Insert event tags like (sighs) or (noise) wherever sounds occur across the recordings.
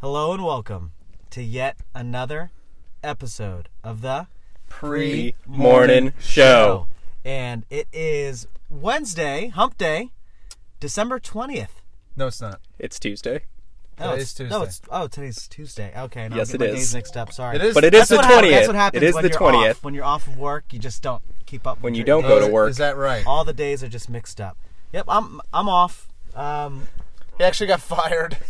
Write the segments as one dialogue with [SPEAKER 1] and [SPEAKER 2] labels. [SPEAKER 1] Hello and welcome to yet another episode of the
[SPEAKER 2] Pre morning show.
[SPEAKER 1] And it is Wednesday, hump day, December 20th.
[SPEAKER 3] No, it's not.
[SPEAKER 2] It's Tuesday.
[SPEAKER 1] No,
[SPEAKER 3] Today
[SPEAKER 1] it's-
[SPEAKER 3] is
[SPEAKER 1] No,
[SPEAKER 3] Tuesday.
[SPEAKER 1] it's, oh, today's Tuesday. Okay. No,
[SPEAKER 2] Yes,
[SPEAKER 1] I'm
[SPEAKER 2] it
[SPEAKER 1] getting my
[SPEAKER 2] is.
[SPEAKER 1] days mixed up. Sorry.
[SPEAKER 3] It is.
[SPEAKER 2] But it is
[SPEAKER 1] That's
[SPEAKER 2] the
[SPEAKER 1] what happens-
[SPEAKER 2] 20th.
[SPEAKER 1] That's what happens
[SPEAKER 2] it is
[SPEAKER 1] when
[SPEAKER 2] the
[SPEAKER 1] you're
[SPEAKER 2] 20th.
[SPEAKER 1] Off. When you're off of work, you just don't keep up.
[SPEAKER 2] When
[SPEAKER 1] with
[SPEAKER 2] you
[SPEAKER 1] your
[SPEAKER 2] don't go
[SPEAKER 1] days.
[SPEAKER 2] to work.
[SPEAKER 3] Oh, Is that right?
[SPEAKER 1] all the days are just mixed up. Yep, I'm I'm off. Um,
[SPEAKER 3] He actually got fired. (laughs)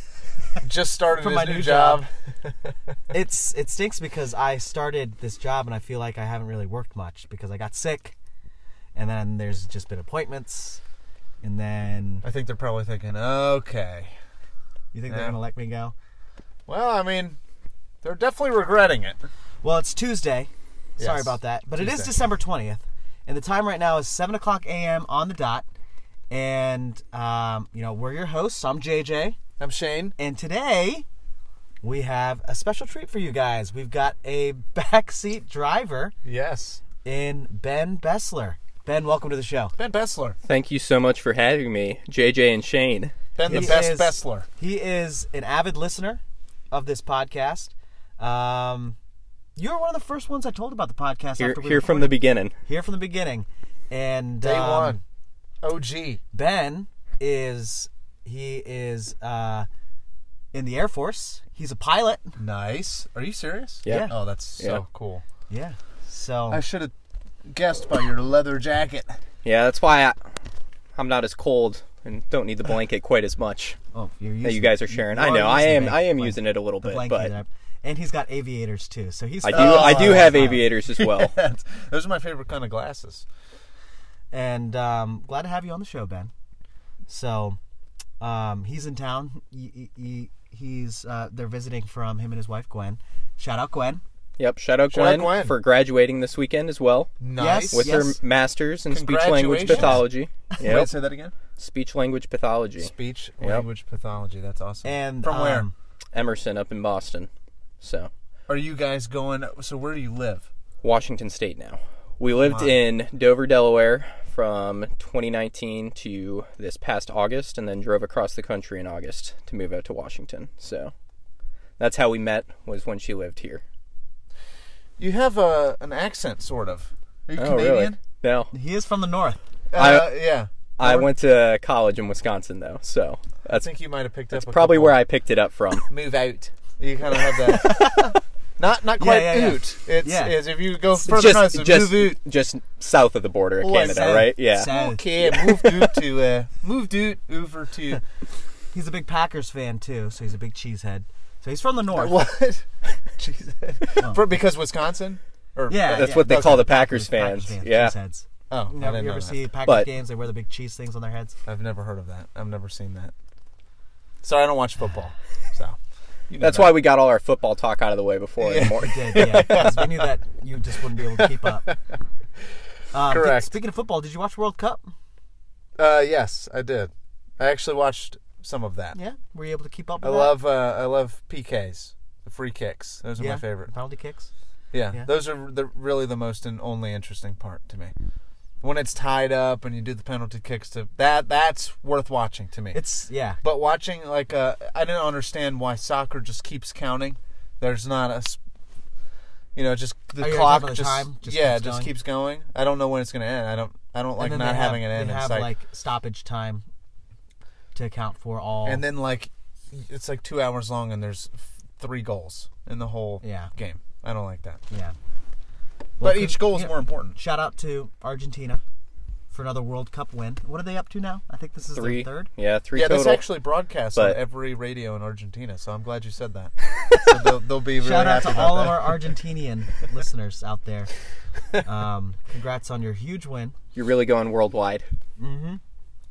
[SPEAKER 3] Just started
[SPEAKER 1] From
[SPEAKER 3] his
[SPEAKER 1] my
[SPEAKER 3] new,
[SPEAKER 1] new
[SPEAKER 3] job.
[SPEAKER 1] job.
[SPEAKER 3] (laughs)
[SPEAKER 1] it's it stinks because I started this job and I feel like I haven't really worked much because I got sick, and then there's just been appointments, and then
[SPEAKER 3] I think they're probably thinking, okay.
[SPEAKER 1] you think they're
[SPEAKER 3] Yeah.
[SPEAKER 1] gonna let me go?
[SPEAKER 3] Well, I mean, they're definitely regretting it.
[SPEAKER 1] Well, it's Tuesday. Sorry
[SPEAKER 3] Yes,
[SPEAKER 1] about that, but it is
[SPEAKER 3] Tuesday.
[SPEAKER 1] December twentieth, and the time right now is seven o'clock a.m. on the dot, and um, you know we're your hosts. I'm JJ.
[SPEAKER 3] I'm Shane.
[SPEAKER 1] And today we have a special treat for you guys. We've got a (laughs) backseat driver
[SPEAKER 3] Yes.
[SPEAKER 1] in Ben Bessler. Ben, welcome to the show.
[SPEAKER 3] Ben Bessler.
[SPEAKER 2] Thank you so much for having me, JJ and Shane.
[SPEAKER 3] Ben
[SPEAKER 1] He
[SPEAKER 3] the best
[SPEAKER 1] is-
[SPEAKER 3] Bessler.
[SPEAKER 1] He is an avid listener of this podcast. Um, you were one of the first ones I told about the podcast.
[SPEAKER 2] Here,
[SPEAKER 1] after we
[SPEAKER 2] here from the
[SPEAKER 1] recorded.
[SPEAKER 2] beginning.
[SPEAKER 1] here from the beginning, and
[SPEAKER 3] Day
[SPEAKER 1] um,
[SPEAKER 3] one. OG.
[SPEAKER 1] Ben is he is uh, in the Air Force. He's a pilot.
[SPEAKER 3] Nice. Are you serious?
[SPEAKER 2] Yeah.
[SPEAKER 3] Oh, that's so
[SPEAKER 2] Yeah.
[SPEAKER 3] cool.
[SPEAKER 1] Yeah. So
[SPEAKER 3] I should have guessed by your leather jacket.
[SPEAKER 2] Yeah, that's why I, I'm not as cold and don't need the blanket quite as much
[SPEAKER 1] oh, you're
[SPEAKER 2] that you
[SPEAKER 1] using-
[SPEAKER 2] guys are sharing. I
[SPEAKER 1] you
[SPEAKER 2] know, I
[SPEAKER 1] using
[SPEAKER 2] am.
[SPEAKER 1] the
[SPEAKER 2] I am
[SPEAKER 1] blanket.
[SPEAKER 2] using it a little bit,
[SPEAKER 1] blanket
[SPEAKER 2] but
[SPEAKER 1] up. And he's got aviators too, so he's
[SPEAKER 2] I do.
[SPEAKER 3] Oh,
[SPEAKER 2] I do
[SPEAKER 3] that's
[SPEAKER 1] uh,
[SPEAKER 2] have
[SPEAKER 3] fine.
[SPEAKER 2] aviators as well.
[SPEAKER 3] (laughs) Those are my favorite kind of glasses.
[SPEAKER 1] And um, glad to have you on the show, Ben. So um, he's in town. He, he- he- he's uh, they're visiting from him and his wife Gwen. Shout out Gwen.
[SPEAKER 2] Yep. Shout out
[SPEAKER 3] Shout out
[SPEAKER 2] Gwen,
[SPEAKER 3] Gwen.
[SPEAKER 2] for graduating this weekend as well
[SPEAKER 3] Nice.
[SPEAKER 2] with her
[SPEAKER 1] Yes.
[SPEAKER 2] masters in speech language
[SPEAKER 3] Congratulations.
[SPEAKER 2] pathology.
[SPEAKER 3] Wait,
[SPEAKER 2] Yep.
[SPEAKER 3] say that again.
[SPEAKER 2] speech language pathology.
[SPEAKER 3] Speech language pathology. That's awesome.
[SPEAKER 1] And
[SPEAKER 3] from where?
[SPEAKER 1] um,
[SPEAKER 2] Emerson up in Boston. So
[SPEAKER 3] Are you guys going? So where do you live?
[SPEAKER 2] Washington State now. We lived in Dover, Delaware from 2019 to this past August, and then drove across the country in August to move out to Washington. So that's how we met, was when she lived here.
[SPEAKER 3] You have a an accent, sort of. Are you Canadian?
[SPEAKER 2] No.
[SPEAKER 1] He is from the north.
[SPEAKER 3] Uh,
[SPEAKER 2] Oh, I-
[SPEAKER 3] yeah.
[SPEAKER 2] I went to college in Wisconsin, though, so
[SPEAKER 3] I
[SPEAKER 2] that's
[SPEAKER 3] think you might have picked up. A
[SPEAKER 2] probably where I picked it up from.
[SPEAKER 3] I move out. You kind of have that. (laughs) not not quite
[SPEAKER 1] yeah, yeah.
[SPEAKER 3] out. It's
[SPEAKER 1] Yeah.
[SPEAKER 3] is if you go further north,
[SPEAKER 2] just,
[SPEAKER 3] it's
[SPEAKER 2] just,
[SPEAKER 3] move out.
[SPEAKER 2] just south of the border of
[SPEAKER 3] Well,
[SPEAKER 2] Canada,
[SPEAKER 1] south-
[SPEAKER 2] right? Yeah.
[SPEAKER 1] south.
[SPEAKER 3] Okay, moved out to uh, moved out over (laughs) to
[SPEAKER 1] He's a big Packers fan too, so he's a big cheesehead. So he's from the north.
[SPEAKER 3] what? Jesus. For, because Wisconsin. Or, oh,
[SPEAKER 1] Yeah,
[SPEAKER 2] That's
[SPEAKER 1] yeah.
[SPEAKER 2] what they
[SPEAKER 3] okay.
[SPEAKER 2] call the Packers,
[SPEAKER 1] Packers
[SPEAKER 2] fans. Yeah.
[SPEAKER 1] cheeseheads.
[SPEAKER 3] Oh,
[SPEAKER 1] You, never,
[SPEAKER 3] I didn't
[SPEAKER 1] you
[SPEAKER 3] know
[SPEAKER 1] ever
[SPEAKER 3] that.
[SPEAKER 1] see Packers
[SPEAKER 2] But-
[SPEAKER 1] games? They wear the big cheese things on their heads.
[SPEAKER 3] I've never heard of that. I've never seen that. Sorry, I don't watch
[SPEAKER 2] (laughs)
[SPEAKER 3] football. So you know
[SPEAKER 2] That's
[SPEAKER 3] that.
[SPEAKER 2] why we got all our football talk out of the way before in the morning.
[SPEAKER 1] did,
[SPEAKER 3] (laughs)
[SPEAKER 1] yeah. 'cause we knew that you just wouldn't be able to keep up. Um, th-
[SPEAKER 3] Correct.
[SPEAKER 1] speaking of football, did you watch World Cup?
[SPEAKER 3] Uh, yes, I did. I actually watched some of that.
[SPEAKER 1] Yeah. Were you able to keep up?
[SPEAKER 3] I
[SPEAKER 1] With that?
[SPEAKER 3] love uh, I love PKs, the free kicks. Those are
[SPEAKER 1] yeah.
[SPEAKER 3] my favorite.
[SPEAKER 1] penalty kicks.
[SPEAKER 3] Yeah,
[SPEAKER 1] Yeah.
[SPEAKER 3] those are the, really the most and only interesting part to me. When it's tied up and you do the penalty kicks to that, that's worth watching to me.
[SPEAKER 1] It's yeah.
[SPEAKER 3] but watching like uh, I don't understand why soccer just keeps counting. There's not a, s- you know, just the
[SPEAKER 1] Oh, you're
[SPEAKER 3] clock
[SPEAKER 1] talking about the
[SPEAKER 3] just,
[SPEAKER 1] time just
[SPEAKER 3] yeah,
[SPEAKER 1] keeps
[SPEAKER 3] just
[SPEAKER 1] going?
[SPEAKER 3] keeps going. I don't know when it's gonna end. I don't I don't like
[SPEAKER 1] and then
[SPEAKER 3] not
[SPEAKER 1] they
[SPEAKER 3] having
[SPEAKER 1] have,
[SPEAKER 3] an end
[SPEAKER 1] They
[SPEAKER 3] in
[SPEAKER 1] have
[SPEAKER 3] sight.
[SPEAKER 1] like stoppage time to account for all.
[SPEAKER 3] and then like it's like two hours long and there's f- three goals in the whole
[SPEAKER 1] Yeah.
[SPEAKER 3] game i don't like that
[SPEAKER 1] yeah.
[SPEAKER 3] but each goal is more important
[SPEAKER 1] Shout out to Argentina for another World Cup win. What are they up to now? I think this (laughs) is
[SPEAKER 2] three.
[SPEAKER 1] their third.
[SPEAKER 2] Yeah, three
[SPEAKER 3] yeah
[SPEAKER 2] total.
[SPEAKER 3] that's actually broadcast
[SPEAKER 2] But-
[SPEAKER 3] on every radio in argentina so i'm glad you said
[SPEAKER 1] (laughs)
[SPEAKER 3] that so they'll, they'll be really
[SPEAKER 1] Shout out
[SPEAKER 3] happy
[SPEAKER 1] to
[SPEAKER 3] about
[SPEAKER 1] all
[SPEAKER 3] that.
[SPEAKER 1] of our
[SPEAKER 3] (laughs)
[SPEAKER 1] Argentinian listeners out there. Um, congrats on your huge win.
[SPEAKER 2] You're really going worldwide. Mm-hmm.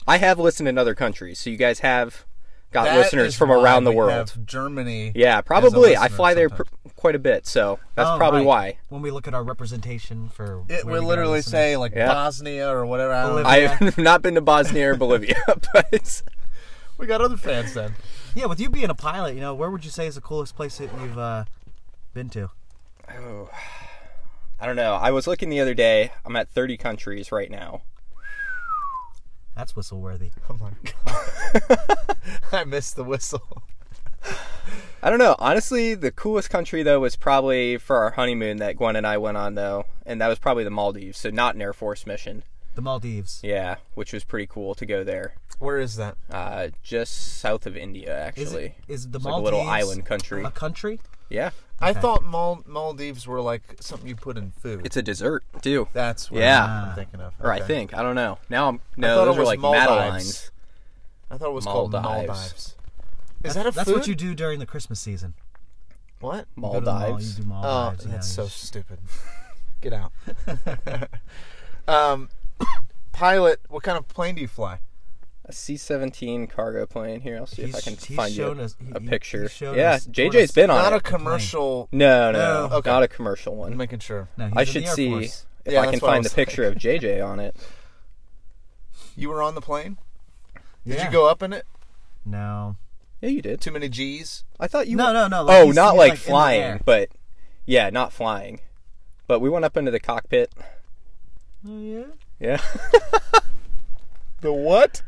[SPEAKER 2] I have listened in other countries, so you guys have got
[SPEAKER 3] That
[SPEAKER 2] listeners
[SPEAKER 3] is
[SPEAKER 2] from
[SPEAKER 3] why
[SPEAKER 2] around the
[SPEAKER 3] we
[SPEAKER 2] world.
[SPEAKER 3] have germany
[SPEAKER 2] yeah,
[SPEAKER 3] as a
[SPEAKER 2] probably. I
[SPEAKER 3] listener
[SPEAKER 2] fly there pr-
[SPEAKER 3] sometimes.
[SPEAKER 2] quite a bit, so that's
[SPEAKER 1] Oh,
[SPEAKER 2] probably
[SPEAKER 1] right.
[SPEAKER 2] why.
[SPEAKER 1] When we look at our representation for, where we
[SPEAKER 3] it will
[SPEAKER 1] get our
[SPEAKER 3] literally
[SPEAKER 1] listeners.
[SPEAKER 3] say like
[SPEAKER 2] Yeah.
[SPEAKER 3] bosnia or whatever I don't know.
[SPEAKER 1] Bolivia. Yeah.
[SPEAKER 2] I've (laughs) not been to Bosnia or Bolivia, (laughs) but
[SPEAKER 3] we got other
[SPEAKER 1] (laughs)
[SPEAKER 3] fans then
[SPEAKER 1] Yeah, with you being a pilot, you know, where would you say is the coolest place that you've uh, been to?
[SPEAKER 2] I don't know. I was looking the other day. I'm at 30 countries right now.
[SPEAKER 1] That's Oh whistle worthy.
[SPEAKER 3] (laughs) oh my god i missed the whistle
[SPEAKER 2] I don't know. Honestly, the coolest country though was probably for our honeymoon that Gwen and I went on though, and that was probably the Maldives. So not an Air Force mission.
[SPEAKER 1] The Maldives.
[SPEAKER 2] Yeah, which was pretty cool to go there.
[SPEAKER 3] Where is that?
[SPEAKER 2] Uh, just south of India, actually.
[SPEAKER 1] Is it? Is the
[SPEAKER 2] it's like
[SPEAKER 1] Maldives
[SPEAKER 2] a
[SPEAKER 1] Uh,
[SPEAKER 2] little island country.
[SPEAKER 1] a country?
[SPEAKER 2] Yeah,
[SPEAKER 3] I thought Mal- Maldives were like something you put in food.
[SPEAKER 2] it's a dessert too.
[SPEAKER 3] That's what
[SPEAKER 2] Yeah.
[SPEAKER 3] I'm thinking of.
[SPEAKER 2] Or I
[SPEAKER 3] Okay.
[SPEAKER 2] think I don't know. Now I'm
[SPEAKER 3] I thought
[SPEAKER 2] no.
[SPEAKER 3] it
[SPEAKER 2] Those are
[SPEAKER 3] was
[SPEAKER 2] like
[SPEAKER 3] Maldives.
[SPEAKER 2] Madeline's.
[SPEAKER 3] I thought it was called
[SPEAKER 2] Maldives.
[SPEAKER 3] Maldives. Is that a
[SPEAKER 1] That's
[SPEAKER 3] food?
[SPEAKER 1] what you do during the Christmas season.
[SPEAKER 3] What?
[SPEAKER 1] You go to the mall,
[SPEAKER 2] Maldives.
[SPEAKER 1] you do
[SPEAKER 3] Oh,
[SPEAKER 1] Maldives, you know,
[SPEAKER 3] that's
[SPEAKER 1] you
[SPEAKER 3] so
[SPEAKER 1] just-
[SPEAKER 3] (laughs) stupid. Get (laughs) out. um, (coughs) pilot, what kind of plane do you fly?
[SPEAKER 2] A C-17 cargo plane. Here, I'll see if I
[SPEAKER 1] He's-
[SPEAKER 2] can
[SPEAKER 1] he's
[SPEAKER 2] find you
[SPEAKER 1] shown us- he-
[SPEAKER 2] a
[SPEAKER 1] he-
[SPEAKER 2] picture.
[SPEAKER 1] he's shown
[SPEAKER 2] yeah,
[SPEAKER 1] us-
[SPEAKER 2] JJ's
[SPEAKER 1] told
[SPEAKER 2] been on
[SPEAKER 3] Not
[SPEAKER 2] it.
[SPEAKER 3] a commercial.
[SPEAKER 2] No, no,
[SPEAKER 1] No.
[SPEAKER 3] Okay.
[SPEAKER 2] not a commercial
[SPEAKER 3] I'm
[SPEAKER 2] one.
[SPEAKER 3] making sure.
[SPEAKER 1] No, he's
[SPEAKER 2] I
[SPEAKER 1] in the
[SPEAKER 2] should
[SPEAKER 1] Air
[SPEAKER 2] see
[SPEAKER 1] Force.
[SPEAKER 2] if
[SPEAKER 3] Yeah,
[SPEAKER 2] I can
[SPEAKER 3] that's what I
[SPEAKER 2] find the
[SPEAKER 3] was
[SPEAKER 2] picture of JJ on it.
[SPEAKER 3] You were on the plane. Did
[SPEAKER 1] Yeah.
[SPEAKER 3] you go up in it?
[SPEAKER 1] No.
[SPEAKER 2] Yeah, you did.
[SPEAKER 3] Too many G's.
[SPEAKER 2] I thought you.
[SPEAKER 1] No,
[SPEAKER 2] were-
[SPEAKER 1] no, no, like
[SPEAKER 2] oh,
[SPEAKER 1] he's-
[SPEAKER 2] not
[SPEAKER 1] he's,
[SPEAKER 2] like,
[SPEAKER 1] like, in the air.
[SPEAKER 2] flying, but yeah, not flying. But we went up into the cockpit.
[SPEAKER 1] Oh, yeah.
[SPEAKER 2] Yeah. (laughs)
[SPEAKER 3] The what?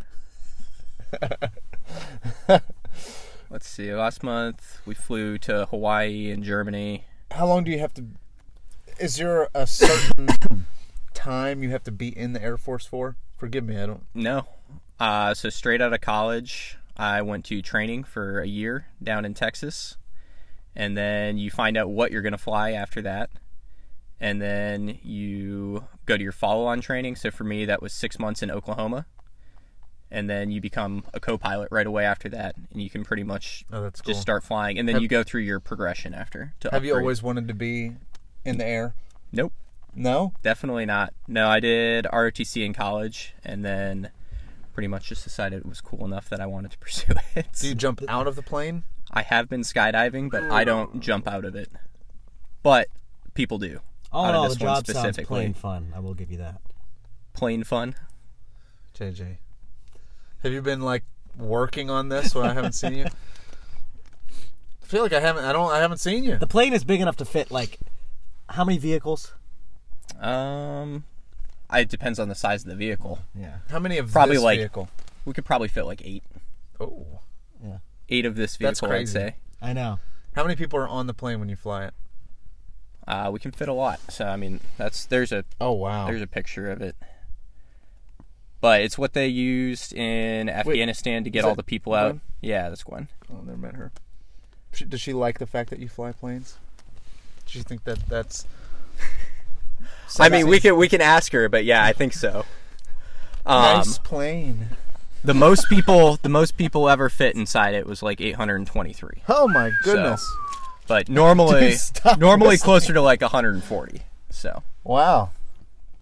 [SPEAKER 2] Let's see. Last month we flew to Hawaii and Germany.
[SPEAKER 3] How long do you have to? Is there a certain (coughs) time you have to be in the Air Force for? Forgive me, I don't.
[SPEAKER 2] No. Uh, so straight out of college, I went to training for a year down in Texas, and then you find out what you're going to fly after that, and then you go to your follow-on training. So for me, that was six months in Oklahoma, and then you become a co-pilot right away after that, and you can pretty much
[SPEAKER 3] Oh, that's cool.
[SPEAKER 2] just start flying, and then you go through your progression after. To
[SPEAKER 3] have you
[SPEAKER 2] upgrade.
[SPEAKER 3] always wanted to be in the air?
[SPEAKER 2] Nope.
[SPEAKER 3] No.
[SPEAKER 2] Definitely not. No, I did ROTC in college and then pretty much just decided it was cool enough that I wanted to (laughs) pursue it.
[SPEAKER 3] Do you jump out of the plane?
[SPEAKER 2] I have been skydiving, but I don't jump out of it. But people do.
[SPEAKER 1] All
[SPEAKER 2] Out
[SPEAKER 1] in
[SPEAKER 2] of
[SPEAKER 1] all, the
[SPEAKER 2] this one
[SPEAKER 1] job sounds
[SPEAKER 2] specifically.
[SPEAKER 1] plain fun. I will give you that.
[SPEAKER 2] Plain fun.
[SPEAKER 3] JJ, have you been like working on this when I haven't seen
[SPEAKER 2] (laughs)
[SPEAKER 3] you? I feel like I haven't. I don't. I haven't seen you.
[SPEAKER 1] The plane is big enough to fit like how many vehicles?
[SPEAKER 2] Um I- it depends on the size of the vehicle.
[SPEAKER 1] Yeah.
[SPEAKER 3] How many of
[SPEAKER 2] Probably
[SPEAKER 3] this
[SPEAKER 2] like-
[SPEAKER 3] vehicle?
[SPEAKER 2] We could probably fit like eight.
[SPEAKER 3] Oh,
[SPEAKER 2] Eight of this
[SPEAKER 3] That's
[SPEAKER 2] vehicle, I'd
[SPEAKER 3] crazy.
[SPEAKER 2] say.
[SPEAKER 1] I know.
[SPEAKER 3] how many people are on the plane when you fly it?
[SPEAKER 2] Uh, we can fit a lot. So I mean that's there's a
[SPEAKER 3] Oh wow.
[SPEAKER 2] There's a picture of it. But it's what they used in Afghanistan to get all
[SPEAKER 3] that
[SPEAKER 2] the people out.
[SPEAKER 3] Gwen?
[SPEAKER 2] Yeah, that's Gwen.
[SPEAKER 3] Oh, never met her. She- Does she like the fact that you fly planes? Does she think that that's?
[SPEAKER 2] (laughs) I mean, we can we can ask her, but yeah, I think (laughs) so. Um,
[SPEAKER 3] nice plane.
[SPEAKER 2] The most people the most people ever fit inside it was like 823.
[SPEAKER 3] Oh my goodness!
[SPEAKER 2] But (laughs) normally
[SPEAKER 3] Dude, stop
[SPEAKER 2] normally
[SPEAKER 3] listening.
[SPEAKER 2] closer to like 140. So
[SPEAKER 3] Wow.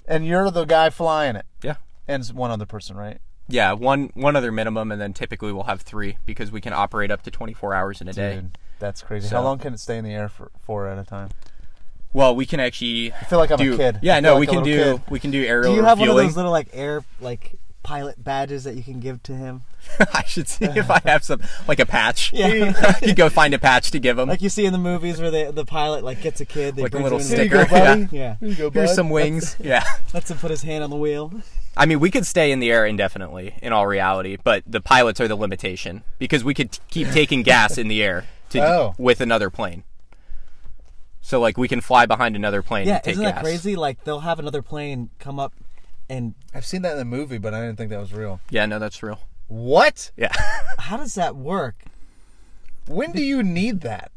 [SPEAKER 3] And you're the guy flying it,
[SPEAKER 2] yeah.
[SPEAKER 3] and it's one other person, right?
[SPEAKER 2] Yeah, one one other minimum, and then typically we'll have three because we can operate up to 24 hours in a day.
[SPEAKER 3] Dude, that's crazy.
[SPEAKER 2] So-
[SPEAKER 3] How long can it stay in the air for? Four at a time.
[SPEAKER 2] Well, we can actually
[SPEAKER 3] I feel like I'm
[SPEAKER 2] do
[SPEAKER 3] a kid. I
[SPEAKER 2] yeah,
[SPEAKER 3] feel
[SPEAKER 2] no,
[SPEAKER 3] like
[SPEAKER 2] we
[SPEAKER 3] a
[SPEAKER 2] can do
[SPEAKER 3] little kid.
[SPEAKER 2] we can do aerial
[SPEAKER 1] Do you have one of
[SPEAKER 2] refueling.
[SPEAKER 1] those little like air like pilot badges that you can give to him?
[SPEAKER 2] (laughs) I should see if I have some, like a patch.
[SPEAKER 1] Yeah.
[SPEAKER 2] (laughs) I could go find a patch to give them.
[SPEAKER 1] Like you see in the movies where the the pilot like gets a kid, they
[SPEAKER 2] Like a
[SPEAKER 1] bring
[SPEAKER 2] little
[SPEAKER 1] him in
[SPEAKER 2] sticker.
[SPEAKER 1] and-
[SPEAKER 2] (laughs) Here you (laughs) go, buddy.
[SPEAKER 1] Yeah.
[SPEAKER 3] Here you go,
[SPEAKER 2] Here's some wings. Yeah.
[SPEAKER 1] Lets him put his hand on the wheel.
[SPEAKER 2] I mean, we could stay in the air indefinitely in all reality, but the pilots are the limitation because we could t- keep taking gas in the air to
[SPEAKER 1] (laughs)
[SPEAKER 3] Oh.
[SPEAKER 2] with another plane. So like we can fly behind another plane
[SPEAKER 1] Yeah,
[SPEAKER 2] and take
[SPEAKER 1] isn't
[SPEAKER 2] gas.
[SPEAKER 1] that crazy? Like they'll have another plane come up and
[SPEAKER 3] I've seen that in the movie, but I didn't think that was real.
[SPEAKER 2] Yeah, no, that's real.
[SPEAKER 3] What?
[SPEAKER 2] Yeah. (laughs)
[SPEAKER 1] how does that work?
[SPEAKER 3] When do you need that?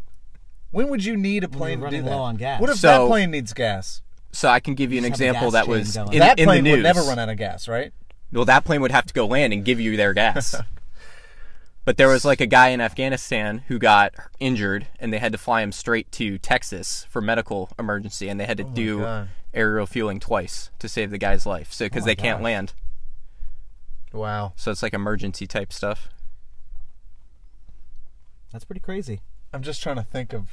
[SPEAKER 3] When would you need a plane to do
[SPEAKER 1] running
[SPEAKER 3] that?
[SPEAKER 1] low on gas.
[SPEAKER 3] What if
[SPEAKER 2] So-
[SPEAKER 3] that plane needs gas?
[SPEAKER 2] So I can give you an
[SPEAKER 1] Just have a
[SPEAKER 2] example
[SPEAKER 1] gas
[SPEAKER 2] that
[SPEAKER 1] chain
[SPEAKER 2] was
[SPEAKER 1] going.
[SPEAKER 2] in,
[SPEAKER 3] that
[SPEAKER 2] in
[SPEAKER 3] plane
[SPEAKER 2] the news.
[SPEAKER 3] would never run out of gas, right?
[SPEAKER 2] Well, that plane would have to go land and give you their gas. but there was like a guy in Afghanistan who got injured, and they had to fly him straight to Texas for medical emergency, and they had to do
[SPEAKER 3] God.
[SPEAKER 2] aerial fueling twice to save the guy's life. So because they can't land,
[SPEAKER 3] Wow.
[SPEAKER 2] so it's like emergency type stuff.
[SPEAKER 1] That's pretty crazy.
[SPEAKER 3] I'm just trying to think of.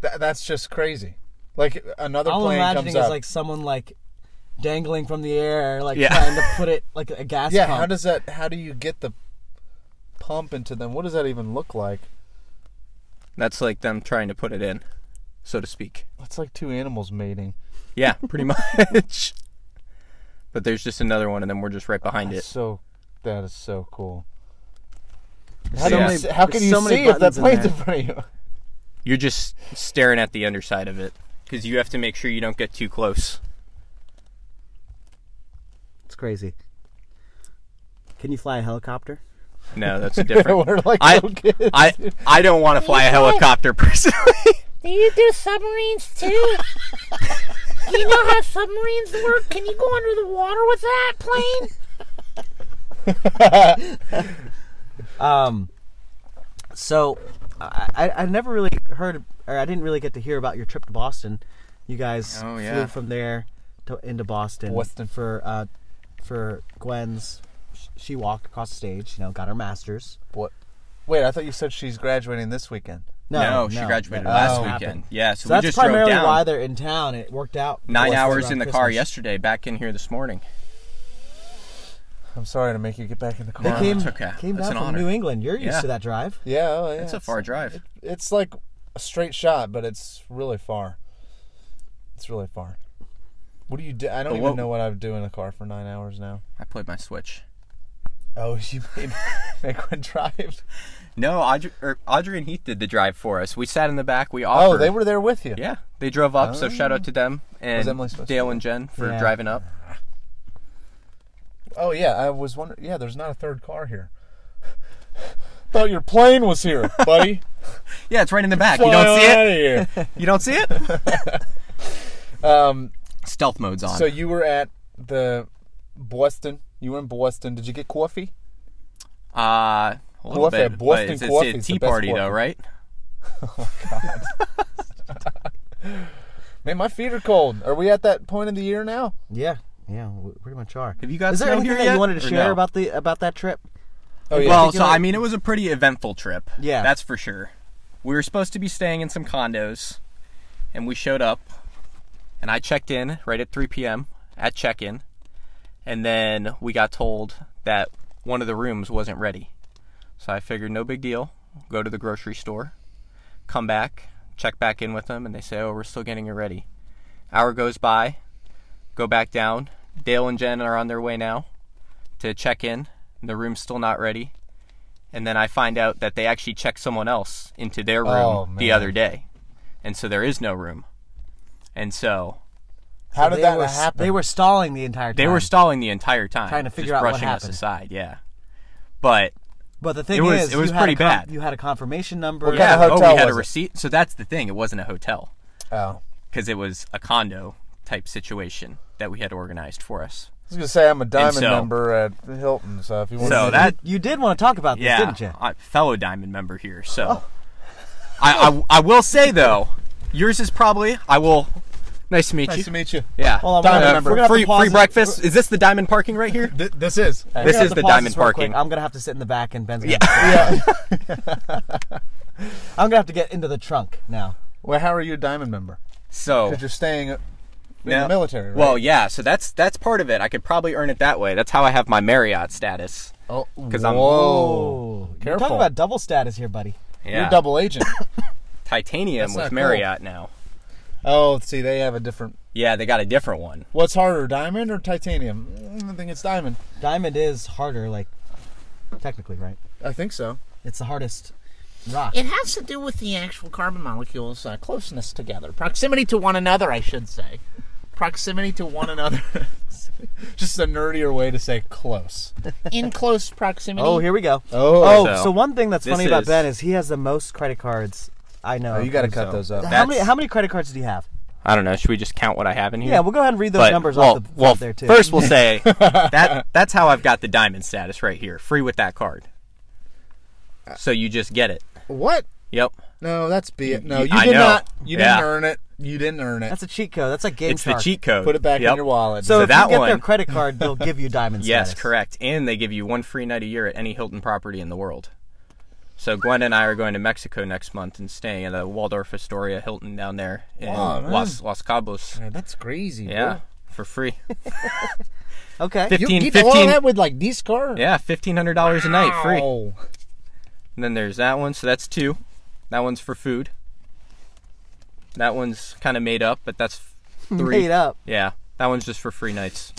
[SPEAKER 3] That, that's just crazy. Like another
[SPEAKER 1] All I'm
[SPEAKER 3] plane
[SPEAKER 1] imagining
[SPEAKER 3] comes
[SPEAKER 1] is
[SPEAKER 3] up.
[SPEAKER 1] like someone like dangling from the air, like
[SPEAKER 2] Yeah.
[SPEAKER 1] trying to put it like a gas
[SPEAKER 3] yeah.
[SPEAKER 1] pump.
[SPEAKER 3] How does that? How do you get the pump into them? What does that even look like?
[SPEAKER 2] That's like them trying to put it in, so to speak.
[SPEAKER 3] It's like two animals mating.
[SPEAKER 2] Yeah, pretty much. But there's just another one, and then we're just right behind
[SPEAKER 3] That's
[SPEAKER 2] it.
[SPEAKER 3] so. That is so cool. How,
[SPEAKER 2] so
[SPEAKER 3] do you
[SPEAKER 2] many-
[SPEAKER 3] see- how can
[SPEAKER 1] there's
[SPEAKER 3] you
[SPEAKER 1] so many
[SPEAKER 3] see if
[SPEAKER 1] buttons
[SPEAKER 3] that
[SPEAKER 1] in
[SPEAKER 3] plane's
[SPEAKER 1] there.
[SPEAKER 3] in front of you?
[SPEAKER 2] You're just staring at the underside of it because you have to make sure you don't get too close.
[SPEAKER 1] It's crazy. Can you fly a helicopter?
[SPEAKER 2] No, that's
[SPEAKER 3] (laughs)
[SPEAKER 2] a different.
[SPEAKER 3] We're like
[SPEAKER 2] I,
[SPEAKER 3] little kids.
[SPEAKER 2] I I don't want to fly a helicopter (laughs) personally.
[SPEAKER 4] Do you do submarines too? do you know how submarines work? Can you go under the water with that plane?
[SPEAKER 1] Um, so I, I I never really heard or I didn't really get to hear about your trip to Boston. You guys
[SPEAKER 2] Oh,
[SPEAKER 1] flew
[SPEAKER 2] yeah.
[SPEAKER 1] from there to into Boston.
[SPEAKER 3] Weston.
[SPEAKER 1] for uh for Gwen's. sh- She walked across the stage. You know, got her master's.
[SPEAKER 3] What? Wait, I thought you said she's graduating this weekend.
[SPEAKER 1] No, no,
[SPEAKER 3] last
[SPEAKER 1] it happened.
[SPEAKER 2] Yeah,
[SPEAKER 1] So that's primarily why they're in town. It worked out.
[SPEAKER 2] nine
[SPEAKER 1] for us
[SPEAKER 2] hours
[SPEAKER 1] around
[SPEAKER 2] in the car
[SPEAKER 1] Christmas.
[SPEAKER 2] yesterday. Back in here this morning.
[SPEAKER 3] I'm sorry to make you get back in the car.
[SPEAKER 1] They
[SPEAKER 2] Wow,
[SPEAKER 1] came,
[SPEAKER 2] that's okay.
[SPEAKER 1] came
[SPEAKER 2] That's
[SPEAKER 1] down
[SPEAKER 2] an
[SPEAKER 1] from
[SPEAKER 2] honor.
[SPEAKER 1] New England. You're used
[SPEAKER 2] Yeah.
[SPEAKER 1] to that drive.
[SPEAKER 3] Yeah, oh, yeah.
[SPEAKER 2] It's a far drive.
[SPEAKER 3] It's like a straight shot, but it's really far. It's really far. What do you do? I don't
[SPEAKER 2] But
[SPEAKER 3] even
[SPEAKER 2] what-
[SPEAKER 3] know what I would do in a car for nine hours now.
[SPEAKER 2] I played my Switch.
[SPEAKER 3] Oh, you made make one drive.
[SPEAKER 2] No, Audrey, or Audrey and Heath did the drive for us. We sat in the back. We offered.
[SPEAKER 3] Oh, they were there with you.
[SPEAKER 2] Yeah, they drove up. So shout out to them and
[SPEAKER 3] Emily supposed to
[SPEAKER 2] Dale and Jen for
[SPEAKER 1] Yeah.
[SPEAKER 2] driving up.
[SPEAKER 3] Oh yeah, I was wondering. Yeah, there's not a third car here. (laughs) Thought your plane was here, buddy.
[SPEAKER 2] Yeah, it's right in the back.
[SPEAKER 3] Fly
[SPEAKER 2] (laughs) you don't
[SPEAKER 3] on
[SPEAKER 2] see
[SPEAKER 3] outta
[SPEAKER 2] it.
[SPEAKER 3] here.
[SPEAKER 2] (laughs) You don't see it.
[SPEAKER 3] Um,
[SPEAKER 2] Stealth mode's on.
[SPEAKER 3] so you were at the Boston. You were in Boston. Did you get coffee?
[SPEAKER 2] uh, a little
[SPEAKER 3] Coffee,
[SPEAKER 2] bit, but
[SPEAKER 3] Boston
[SPEAKER 2] it's, it's
[SPEAKER 3] coffee
[SPEAKER 2] a
[SPEAKER 3] is
[SPEAKER 2] tea
[SPEAKER 3] the best
[SPEAKER 2] party though,
[SPEAKER 3] coffee.
[SPEAKER 2] right?
[SPEAKER 3] Man, my feet are cold. Are we at that point in the year now?
[SPEAKER 1] Yeah, yeah, we pretty much are.
[SPEAKER 2] Have you got
[SPEAKER 1] Is there
[SPEAKER 2] snow
[SPEAKER 1] anything
[SPEAKER 2] here
[SPEAKER 1] that
[SPEAKER 2] yet,
[SPEAKER 1] you wanted
[SPEAKER 2] or
[SPEAKER 1] to share
[SPEAKER 2] no?
[SPEAKER 1] about the about that trip?
[SPEAKER 3] Oh yeah.
[SPEAKER 2] Well, so
[SPEAKER 1] particular-
[SPEAKER 2] I mean, it was a pretty eventful trip.
[SPEAKER 1] Yeah.
[SPEAKER 2] that's for sure. We were supposed to be staying in some condos, and we showed up, and I checked in right at 3 p.m. at check-in, and then we got told that one of the rooms wasn't ready. So I figured, no big deal. Go to the grocery store, come back, check back in with them, and they say, "Oh, we're still getting it ready." Hour goes by, go back down. Dale and Jen are on their way now to check in. The room's still not ready. And then I find out that they actually checked someone else into their room
[SPEAKER 3] Oh,
[SPEAKER 2] the
[SPEAKER 3] man.
[SPEAKER 2] other day. And so there is no room. And so
[SPEAKER 3] How did
[SPEAKER 1] They
[SPEAKER 3] that
[SPEAKER 1] were,
[SPEAKER 3] happen?
[SPEAKER 1] They were stalling the entire time.
[SPEAKER 2] they were stalling the entire time,
[SPEAKER 1] Trying to figure
[SPEAKER 2] just
[SPEAKER 1] out what
[SPEAKER 2] brushing us
[SPEAKER 1] happened.
[SPEAKER 2] aside. Yeah, but
[SPEAKER 1] but the thing
[SPEAKER 2] it was-
[SPEAKER 1] is,
[SPEAKER 2] it was
[SPEAKER 1] you had a
[SPEAKER 2] pretty
[SPEAKER 1] con-
[SPEAKER 2] bad.
[SPEAKER 1] You had a confirmation number.
[SPEAKER 3] What
[SPEAKER 2] yeah,
[SPEAKER 3] kind of
[SPEAKER 2] oh,
[SPEAKER 3] hotel
[SPEAKER 2] we had a
[SPEAKER 3] was it?
[SPEAKER 2] receipt. So that's the thing; it wasn't a hotel
[SPEAKER 3] oh, I
[SPEAKER 2] because it was a condo type situation that we had organized for us.
[SPEAKER 3] was gonna say I'm a diamond
[SPEAKER 2] so-
[SPEAKER 3] member at the Hilton, so if you want
[SPEAKER 2] So
[SPEAKER 3] to
[SPEAKER 2] that-
[SPEAKER 1] you, you did want to talk about this,
[SPEAKER 2] yeah,
[SPEAKER 1] didn't you?
[SPEAKER 2] I- fellow Diamond member here. So, (laughs) I, I I will say though, yours is probably I will. Nice to meet you.
[SPEAKER 3] nice to meet you.
[SPEAKER 2] yeah,
[SPEAKER 1] Hold on, we're
[SPEAKER 2] Diamond
[SPEAKER 1] gonna-
[SPEAKER 2] member.
[SPEAKER 1] we're gonna have to
[SPEAKER 2] free
[SPEAKER 1] pause
[SPEAKER 2] free
[SPEAKER 1] it.
[SPEAKER 2] breakfast. Is this the Diamond parking
[SPEAKER 1] (laughs)
[SPEAKER 2] right here?
[SPEAKER 3] this is.
[SPEAKER 2] this
[SPEAKER 1] We're gonna
[SPEAKER 2] is
[SPEAKER 1] have
[SPEAKER 2] the
[SPEAKER 1] to pause
[SPEAKER 2] diamond
[SPEAKER 1] this real quick.
[SPEAKER 2] parking.
[SPEAKER 1] I'm gonna have to sit in the back, and Ben's. Gonna
[SPEAKER 2] Yeah.
[SPEAKER 1] have to-
[SPEAKER 3] yeah.
[SPEAKER 1] (laughs) I'm gonna have to get into the trunk now.
[SPEAKER 3] well, how are you a diamond member?
[SPEAKER 2] So
[SPEAKER 3] Because you're staying in
[SPEAKER 2] No.
[SPEAKER 3] the military. Right?
[SPEAKER 2] Oh. Well, yeah, so that's that's part of it. I could probably earn it that way. That's how I have my Marriott status.
[SPEAKER 3] oh,
[SPEAKER 2] 'cause I'm-
[SPEAKER 3] whoa,
[SPEAKER 1] You're
[SPEAKER 3] careful.
[SPEAKER 1] talking about double status here, buddy.
[SPEAKER 2] Yeah.
[SPEAKER 3] You're double agent.
[SPEAKER 2] titanium
[SPEAKER 3] That's
[SPEAKER 2] with
[SPEAKER 3] not
[SPEAKER 2] Marriott now.
[SPEAKER 3] oh, see, they have a different.
[SPEAKER 2] Yeah, they got a different one.
[SPEAKER 3] What's harder, diamond or titanium? Mm, I think it's diamond.
[SPEAKER 1] Diamond is harder, like technically, right?
[SPEAKER 3] I think so.
[SPEAKER 1] It's the hardest rock.
[SPEAKER 4] It has to do with the actual carbon molecules' uh, closeness together, proximity to one another, I should say. Proximity to one another,
[SPEAKER 3] Just a nerdier way to say close.
[SPEAKER 4] in close proximity.
[SPEAKER 1] Oh, here we go.
[SPEAKER 3] Oh,
[SPEAKER 1] Oh,
[SPEAKER 2] So,
[SPEAKER 1] so, one thing that's
[SPEAKER 2] this
[SPEAKER 1] funny about
[SPEAKER 2] is-
[SPEAKER 1] Ben is he has the most credit cards I know.
[SPEAKER 3] oh you got to
[SPEAKER 1] of.
[SPEAKER 3] cut
[SPEAKER 2] so.
[SPEAKER 3] those up.
[SPEAKER 1] How many
[SPEAKER 2] That's-
[SPEAKER 1] how many credit cards do you have?
[SPEAKER 2] I don't know. Should we just count what I have in here?
[SPEAKER 1] Yeah, we'll go ahead and read those
[SPEAKER 2] But-
[SPEAKER 1] numbers
[SPEAKER 2] well,
[SPEAKER 1] off the
[SPEAKER 2] well,
[SPEAKER 1] there too.
[SPEAKER 2] First,
[SPEAKER 3] (laughs)
[SPEAKER 2] we'll say that that's how I've got the diamond status right here, free with that card. So you just get it.
[SPEAKER 3] What?
[SPEAKER 2] Yep.
[SPEAKER 3] No, that's be it. No,
[SPEAKER 2] you-
[SPEAKER 3] you
[SPEAKER 2] I
[SPEAKER 3] did
[SPEAKER 2] know.
[SPEAKER 3] not. You
[SPEAKER 2] Yeah.
[SPEAKER 3] didn't earn it. You didn't earn it.
[SPEAKER 1] that's a cheat code. That's like game
[SPEAKER 2] It's the cheat code.
[SPEAKER 3] Put it back
[SPEAKER 2] Yep.
[SPEAKER 3] in your wallet.
[SPEAKER 1] So,
[SPEAKER 2] So
[SPEAKER 1] if
[SPEAKER 2] that
[SPEAKER 1] you get their
[SPEAKER 2] one-
[SPEAKER 1] credit card, they'll give you diamonds.
[SPEAKER 2] (laughs) Yes, correct. And they give you one free night a year at any Hilton property in the world. So Gwen and I are going to Mexico next month and staying at a Waldorf Astoria Hilton down there in
[SPEAKER 3] Wow, man.
[SPEAKER 2] Los Los Cabos.
[SPEAKER 3] Man, that's crazy.
[SPEAKER 2] Yeah, for free.
[SPEAKER 1] Okay.
[SPEAKER 3] Bro.
[SPEAKER 2] Fifteen,
[SPEAKER 3] You get all
[SPEAKER 2] fifteen.
[SPEAKER 3] that with like this car?
[SPEAKER 2] Yeah, fifteen hundred dollars a night free.
[SPEAKER 3] Oh,
[SPEAKER 2] And then there's that one. So that's two. That one's for food. That one's kind of made up,
[SPEAKER 3] (laughs)
[SPEAKER 2] but that's three.
[SPEAKER 1] Made up.
[SPEAKER 2] Yeah, that one's just for free nights.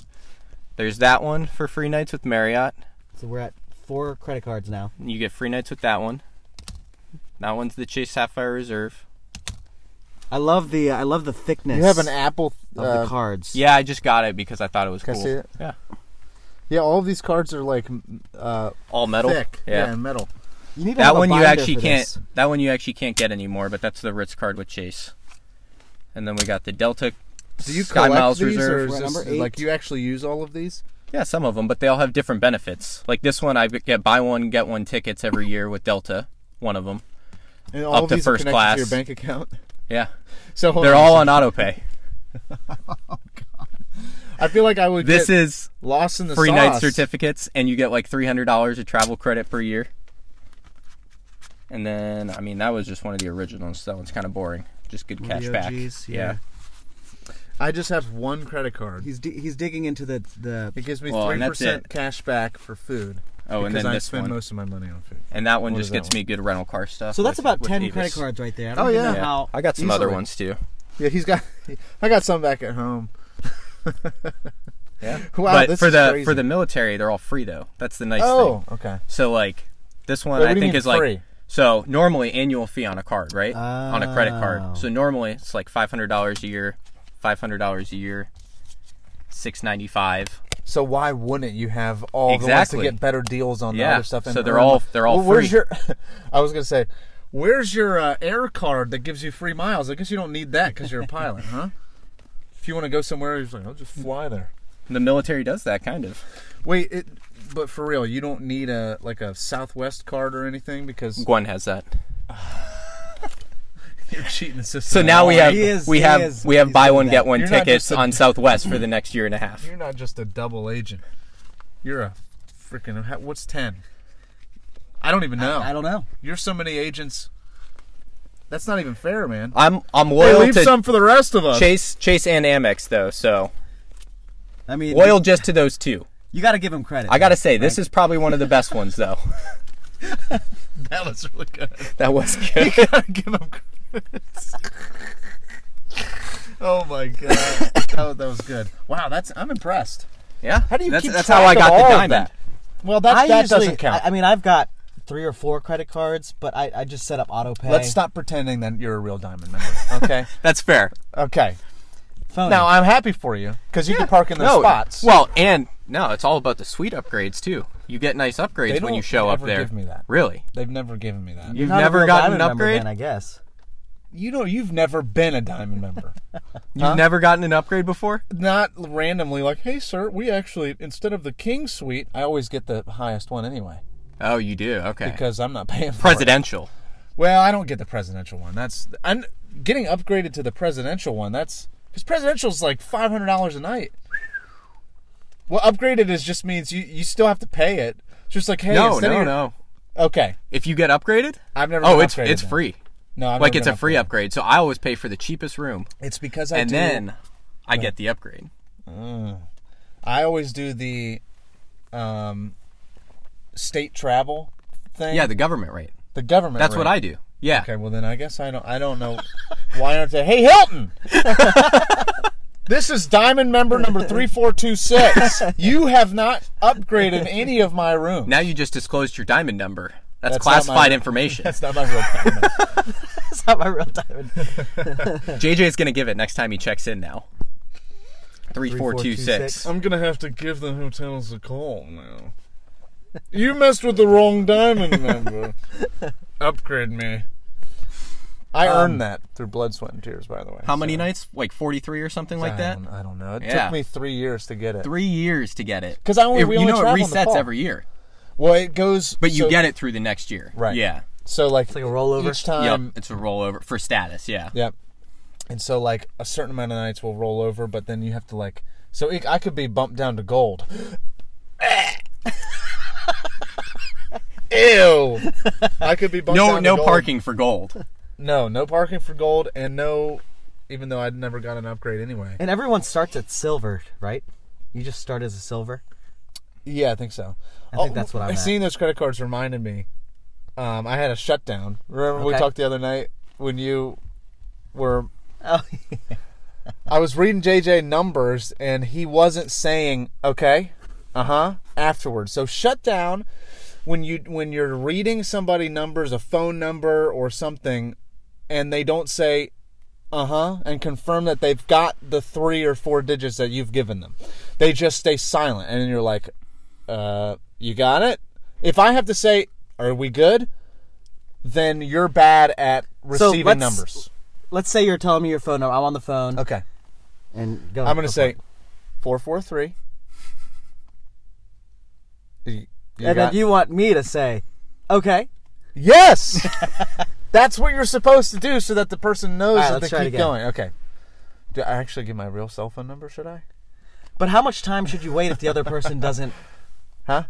[SPEAKER 2] There's that one for free nights with Marriott.
[SPEAKER 1] So we're at four credit cards now.
[SPEAKER 2] You get free nights with that one. That one's the Chase Sapphire Reserve.
[SPEAKER 1] I love the I love the thickness
[SPEAKER 3] You have an Apple.
[SPEAKER 1] of
[SPEAKER 3] uh,
[SPEAKER 1] the cards.
[SPEAKER 2] Yeah, I just got it because I thought it was
[SPEAKER 3] Can I
[SPEAKER 2] cool.
[SPEAKER 3] see it?
[SPEAKER 2] Yeah.
[SPEAKER 3] Yeah, all of these cards are like m- uh,
[SPEAKER 2] All metal.
[SPEAKER 3] thick. Yeah.
[SPEAKER 2] Yeah.
[SPEAKER 3] and metal.
[SPEAKER 1] You need to have
[SPEAKER 2] That
[SPEAKER 1] a
[SPEAKER 2] one you
[SPEAKER 1] binder
[SPEAKER 2] actually
[SPEAKER 1] for
[SPEAKER 2] can't.
[SPEAKER 1] this.
[SPEAKER 2] That one you actually can't get anymore. But that's the Ritz card with Chase. And then we got the Delta.
[SPEAKER 3] Do you
[SPEAKER 2] Sky
[SPEAKER 3] collect
[SPEAKER 2] Miles
[SPEAKER 3] these,
[SPEAKER 2] Reserve.
[SPEAKER 3] or is
[SPEAKER 1] We're at
[SPEAKER 3] this-
[SPEAKER 1] number eight.
[SPEAKER 3] like you actually use all of these?
[SPEAKER 2] Yeah, some of them, but they all have different benefits. Like this one, I get buy one get one tickets every year with Delta. One of them.
[SPEAKER 3] And all
[SPEAKER 2] Up
[SPEAKER 3] of
[SPEAKER 2] to
[SPEAKER 3] these
[SPEAKER 2] first
[SPEAKER 3] are connected
[SPEAKER 2] class.
[SPEAKER 3] to your bank account. (laughs)
[SPEAKER 2] Yeah,
[SPEAKER 3] So hold
[SPEAKER 2] they're
[SPEAKER 3] on.
[SPEAKER 2] all on auto pay.
[SPEAKER 3] I feel like I would
[SPEAKER 2] This
[SPEAKER 3] get
[SPEAKER 2] is
[SPEAKER 3] lost in the
[SPEAKER 2] free
[SPEAKER 3] sauce.
[SPEAKER 2] night certificates, and you get like three hundred dollars of travel credit per year. And then, I mean, that was just one of the originals. That one's kind of boring. Just good cash back.
[SPEAKER 1] OGs, yeah.
[SPEAKER 2] yeah.
[SPEAKER 3] I just have one credit card.
[SPEAKER 1] He's di- he's digging into the the
[SPEAKER 3] It gives me
[SPEAKER 2] Well,
[SPEAKER 3] three
[SPEAKER 2] and that's
[SPEAKER 3] percent
[SPEAKER 2] it.
[SPEAKER 3] cash back for food.
[SPEAKER 2] Oh, and
[SPEAKER 3] because
[SPEAKER 2] then
[SPEAKER 3] I
[SPEAKER 2] this
[SPEAKER 3] spend
[SPEAKER 2] one.
[SPEAKER 3] most of my money on food.
[SPEAKER 2] And that one
[SPEAKER 3] What
[SPEAKER 2] just
[SPEAKER 3] is that
[SPEAKER 2] gets me good rental car stuff.
[SPEAKER 1] So that's
[SPEAKER 2] with-
[SPEAKER 1] about
[SPEAKER 2] with
[SPEAKER 1] ten
[SPEAKER 2] Avis.
[SPEAKER 1] credit cards right there. I
[SPEAKER 3] Oh,
[SPEAKER 1] don't even
[SPEAKER 3] yeah.
[SPEAKER 1] know
[SPEAKER 2] Yeah.
[SPEAKER 1] how
[SPEAKER 2] I got some other
[SPEAKER 3] easily.
[SPEAKER 2] ones too.
[SPEAKER 3] Yeah, he's got. (laughs) I got some back at home.
[SPEAKER 2] Yeah.
[SPEAKER 3] (laughs) Wow,
[SPEAKER 2] but
[SPEAKER 3] this
[SPEAKER 2] for
[SPEAKER 3] is
[SPEAKER 2] the
[SPEAKER 3] crazy.
[SPEAKER 2] for the military, they're all free though. That's the nice
[SPEAKER 3] Oh,
[SPEAKER 2] thing.
[SPEAKER 3] okay.
[SPEAKER 2] So like this one,
[SPEAKER 3] Wait, what
[SPEAKER 2] I
[SPEAKER 3] do you
[SPEAKER 2] think
[SPEAKER 3] mean
[SPEAKER 2] is like
[SPEAKER 3] free?
[SPEAKER 2] so normally annual fee on a card, right? On a credit
[SPEAKER 1] Oh.
[SPEAKER 2] card. So normally it's like five hundred dollars a year, five hundred dollars a year, six ninety five.
[SPEAKER 3] So why wouldn't you have all the ones to
[SPEAKER 2] Exactly.
[SPEAKER 3] get better deals on the
[SPEAKER 2] Yeah,
[SPEAKER 3] other stuff?
[SPEAKER 2] so they're
[SPEAKER 3] earn-
[SPEAKER 2] all- they're all
[SPEAKER 3] Well, where's
[SPEAKER 2] free.
[SPEAKER 3] your? (laughs) I was gonna say, where's your uh, air card that gives you free miles? I guess you don't need that because you're a pilot, huh? If you want to go somewhere, you're just like, I'll just fly there.
[SPEAKER 2] The military does that kind of.
[SPEAKER 3] Wait, it, but for real, you don't need a like a Southwest card or anything
[SPEAKER 2] (laughs)
[SPEAKER 3] because
[SPEAKER 2] Gwen has that.
[SPEAKER 3] you're cheating the system.
[SPEAKER 2] So now we have
[SPEAKER 1] He is-
[SPEAKER 2] we
[SPEAKER 1] he
[SPEAKER 2] have
[SPEAKER 1] is-
[SPEAKER 2] we have
[SPEAKER 1] he's
[SPEAKER 2] buy
[SPEAKER 1] doing
[SPEAKER 2] one
[SPEAKER 1] that.
[SPEAKER 2] get one
[SPEAKER 3] You're not
[SPEAKER 2] tickets
[SPEAKER 3] just a- (laughs)
[SPEAKER 2] on Southwest for the next year and a half.
[SPEAKER 3] You're not just a double agent. You're a freaking. ha- What's ten? I don't even know.
[SPEAKER 1] I don't know.
[SPEAKER 3] You're so many agents. That's not even fair, man.
[SPEAKER 2] I'm I'm
[SPEAKER 3] Hey,
[SPEAKER 2] loyal
[SPEAKER 3] leave
[SPEAKER 2] to
[SPEAKER 3] some for the rest of us.
[SPEAKER 2] Chase Chase and Amex though, so
[SPEAKER 1] I mean,
[SPEAKER 2] loyal just to those two.
[SPEAKER 1] you got to give him credit.
[SPEAKER 2] I gotta say, this is probably one of the best ones though.
[SPEAKER 3] (laughs)
[SPEAKER 2] (laughs)
[SPEAKER 3] That was really (laughs) good.
[SPEAKER 2] That was good.
[SPEAKER 3] Give him credits. (laughs) oh my god, that, was- that was good. Wow, that's I'm impressed.
[SPEAKER 2] Yeah. How
[SPEAKER 3] do you
[SPEAKER 2] that's,
[SPEAKER 3] keep
[SPEAKER 2] that's
[SPEAKER 3] track
[SPEAKER 2] how I
[SPEAKER 3] of
[SPEAKER 2] got
[SPEAKER 3] all
[SPEAKER 2] the
[SPEAKER 3] of
[SPEAKER 2] diamond.
[SPEAKER 3] that? Well, that
[SPEAKER 1] I
[SPEAKER 3] that
[SPEAKER 1] usually,
[SPEAKER 3] doesn't count.
[SPEAKER 1] I, I mean, I've got three or four credit cards, but I, I just set up auto pay.
[SPEAKER 3] Let's stop pretending that you're a real diamond member. Okay.
[SPEAKER 2] That's fair.
[SPEAKER 3] (laughs) okay.
[SPEAKER 1] Phone.
[SPEAKER 3] Now I'm happy for you because (laughs) you can park in those
[SPEAKER 2] No.
[SPEAKER 3] spots.
[SPEAKER 2] Well, and no, it's all about the suite upgrades too. You get nice upgrades when
[SPEAKER 3] don't
[SPEAKER 2] you show up
[SPEAKER 3] ever
[SPEAKER 2] there.
[SPEAKER 3] give me that.
[SPEAKER 2] Really?
[SPEAKER 3] They've never given me that. You,
[SPEAKER 2] You've
[SPEAKER 1] Not a
[SPEAKER 2] never
[SPEAKER 1] real
[SPEAKER 2] gotten an
[SPEAKER 1] diamond member
[SPEAKER 2] upgrade.
[SPEAKER 1] Then, I guess. (laughs)
[SPEAKER 3] know, you've never been a diamond member.
[SPEAKER 2] You've never gotten an upgrade before.
[SPEAKER 3] Not randomly like, hey, sir, we actually instead of the king suite, I always get the highest one anyway
[SPEAKER 2] Oh, you do. Okay.
[SPEAKER 3] because I'm not paying for it.
[SPEAKER 2] Presidential.
[SPEAKER 3] Well, I don't get the presidential one. That's I'm getting upgraded to the presidential one. That's because presidential is like five hundred dollars a night. Well, upgraded is just means you you still have to pay it. It's just like hey,
[SPEAKER 2] no,
[SPEAKER 3] instead of
[SPEAKER 2] no,
[SPEAKER 3] your-
[SPEAKER 2] no.
[SPEAKER 3] Okay,
[SPEAKER 2] If you get upgraded,
[SPEAKER 3] I've never.
[SPEAKER 2] oh,
[SPEAKER 3] been
[SPEAKER 2] it's
[SPEAKER 3] upgraded
[SPEAKER 2] it's
[SPEAKER 3] then.
[SPEAKER 2] free.
[SPEAKER 3] No, I've
[SPEAKER 2] Like
[SPEAKER 3] never
[SPEAKER 2] it's
[SPEAKER 3] been
[SPEAKER 2] a free
[SPEAKER 3] upgraded.
[SPEAKER 2] upgrade, so I always pay for the cheapest room,
[SPEAKER 3] It's because I
[SPEAKER 2] and
[SPEAKER 3] do-
[SPEAKER 2] then I get the upgrade.
[SPEAKER 3] I always do the um state travel thing.
[SPEAKER 2] Yeah, the government rate.
[SPEAKER 3] the government.
[SPEAKER 2] That's what
[SPEAKER 3] rate.
[SPEAKER 2] I do. Yeah.
[SPEAKER 3] Okay, well then I guess I don't I don't know (laughs) why aren't they Hey Hilton (laughs) This is diamond member number three four two six. You have not upgraded any of my rooms.
[SPEAKER 2] Now you just disclosed your diamond number. That's,
[SPEAKER 3] That's not (laughs)
[SPEAKER 2] classified
[SPEAKER 3] my-
[SPEAKER 2] information.
[SPEAKER 3] That's not my real diamond.
[SPEAKER 1] That's not my real diamond.
[SPEAKER 2] JJ's gonna give it next time he checks in now. Three four two six.
[SPEAKER 1] 3426.
[SPEAKER 3] I'm gonna have to give the hotels a call now. You messed with the wrong diamond member. (laughs) Upgrade me. I earned that through blood, sweat, and tears, by the way.
[SPEAKER 2] Um, How many nights? Like forty three or something like
[SPEAKER 3] I
[SPEAKER 2] that.
[SPEAKER 3] don't, I don't know. It
[SPEAKER 2] Yeah.
[SPEAKER 3] took me three years to get it.
[SPEAKER 2] Three years to get it.
[SPEAKER 3] 'Cause I only-
[SPEAKER 2] It-
[SPEAKER 3] we
[SPEAKER 2] you
[SPEAKER 3] only
[SPEAKER 2] know it
[SPEAKER 3] travel in the
[SPEAKER 2] resets
[SPEAKER 3] fall.
[SPEAKER 2] every year,
[SPEAKER 3] Well, it goes.
[SPEAKER 2] but you
[SPEAKER 3] so-
[SPEAKER 2] get it through the next year.
[SPEAKER 3] Right.
[SPEAKER 2] Yeah.
[SPEAKER 3] So like, it's
[SPEAKER 1] like a rollover.
[SPEAKER 3] each
[SPEAKER 2] Yep.
[SPEAKER 3] time.
[SPEAKER 2] it's a rollover for status. Yeah.
[SPEAKER 3] Yep. And so like a certain amount of nights will roll over, but then you have to like. So it, I could be bumped down to gold. (laughs) Ew! I could be bumped down
[SPEAKER 2] No
[SPEAKER 3] to
[SPEAKER 2] no
[SPEAKER 3] gold.
[SPEAKER 2] parking for gold.
[SPEAKER 3] No, no parking for gold, and no. Even though I'd never got an upgrade anyway.
[SPEAKER 1] And everyone starts at silver, right? You just start as a silver.
[SPEAKER 3] Yeah, I think so. Oh,
[SPEAKER 1] I think that's what I'm at.
[SPEAKER 3] Seeing those credit cards reminded me. Um, I had a shutdown. Remember we
[SPEAKER 1] Okay.
[SPEAKER 3] talked the other night when you were
[SPEAKER 1] Oh, (laughs)
[SPEAKER 3] I was reading JJ numbers and he wasn't saying okay, uh huh, afterwards. So shut down when you when you're reading somebody numbers, a phone number or something, and they don't say uh huh, and confirm that they've got the three or four digits that you've given them. They just stay silent, and then you're like, uh, you got it? If I have to say, are we good? Then you're bad at receiving
[SPEAKER 1] let's-
[SPEAKER 3] numbers.
[SPEAKER 1] Let's say you're telling me your phone number. I'm on the phone.
[SPEAKER 3] Okay.
[SPEAKER 1] And go.
[SPEAKER 3] I'm
[SPEAKER 1] go
[SPEAKER 3] going to
[SPEAKER 1] for
[SPEAKER 3] say
[SPEAKER 1] it.
[SPEAKER 3] 443. You, you
[SPEAKER 1] And
[SPEAKER 3] got-
[SPEAKER 1] then you want me to say, okay. (laughs)
[SPEAKER 3] Yes. That's what you're supposed to do, so that the person knows
[SPEAKER 1] All right,
[SPEAKER 3] that
[SPEAKER 1] let's
[SPEAKER 3] they
[SPEAKER 1] try it
[SPEAKER 3] keep
[SPEAKER 1] again.
[SPEAKER 3] going. Okay. Do I actually give my real cell phone number? Should I?
[SPEAKER 1] But how much time should you wait if the other person doesn't? (laughs)
[SPEAKER 3] Huh?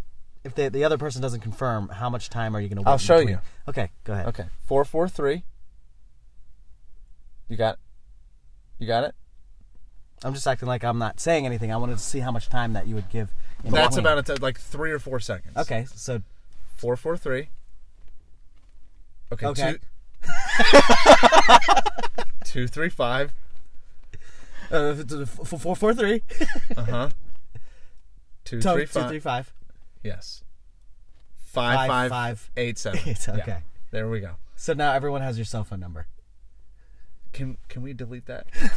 [SPEAKER 1] If the, the other person doesn't confirm, how much time are you going to wait?
[SPEAKER 3] I'll
[SPEAKER 1] in
[SPEAKER 3] show
[SPEAKER 1] between?
[SPEAKER 3] you.
[SPEAKER 1] Okay, go ahead.
[SPEAKER 3] Okay. Four four three. You got. You got it.
[SPEAKER 1] I'm just acting like I'm not saying anything. I wanted to see how much time that you would give. in
[SPEAKER 3] That's
[SPEAKER 1] between.
[SPEAKER 3] about it. Like three or four seconds.
[SPEAKER 1] Okay, so
[SPEAKER 3] Four four three. Okay.
[SPEAKER 1] Okay.
[SPEAKER 3] Two, (laughs) two three five.
[SPEAKER 1] uh, f- f- f- four, four, three.
[SPEAKER 3] Uh huh. Two
[SPEAKER 1] So,
[SPEAKER 3] three
[SPEAKER 1] two,
[SPEAKER 3] five.
[SPEAKER 1] three, five.
[SPEAKER 3] Yes. Five
[SPEAKER 1] Five,
[SPEAKER 3] five
[SPEAKER 1] five.
[SPEAKER 3] eight seven.
[SPEAKER 1] (laughs) It's
[SPEAKER 3] Yeah.
[SPEAKER 1] okay.
[SPEAKER 3] There we go.
[SPEAKER 1] So now everyone has your cell phone number.
[SPEAKER 3] Can can we
[SPEAKER 1] (laughs)
[SPEAKER 3] delete that? I'm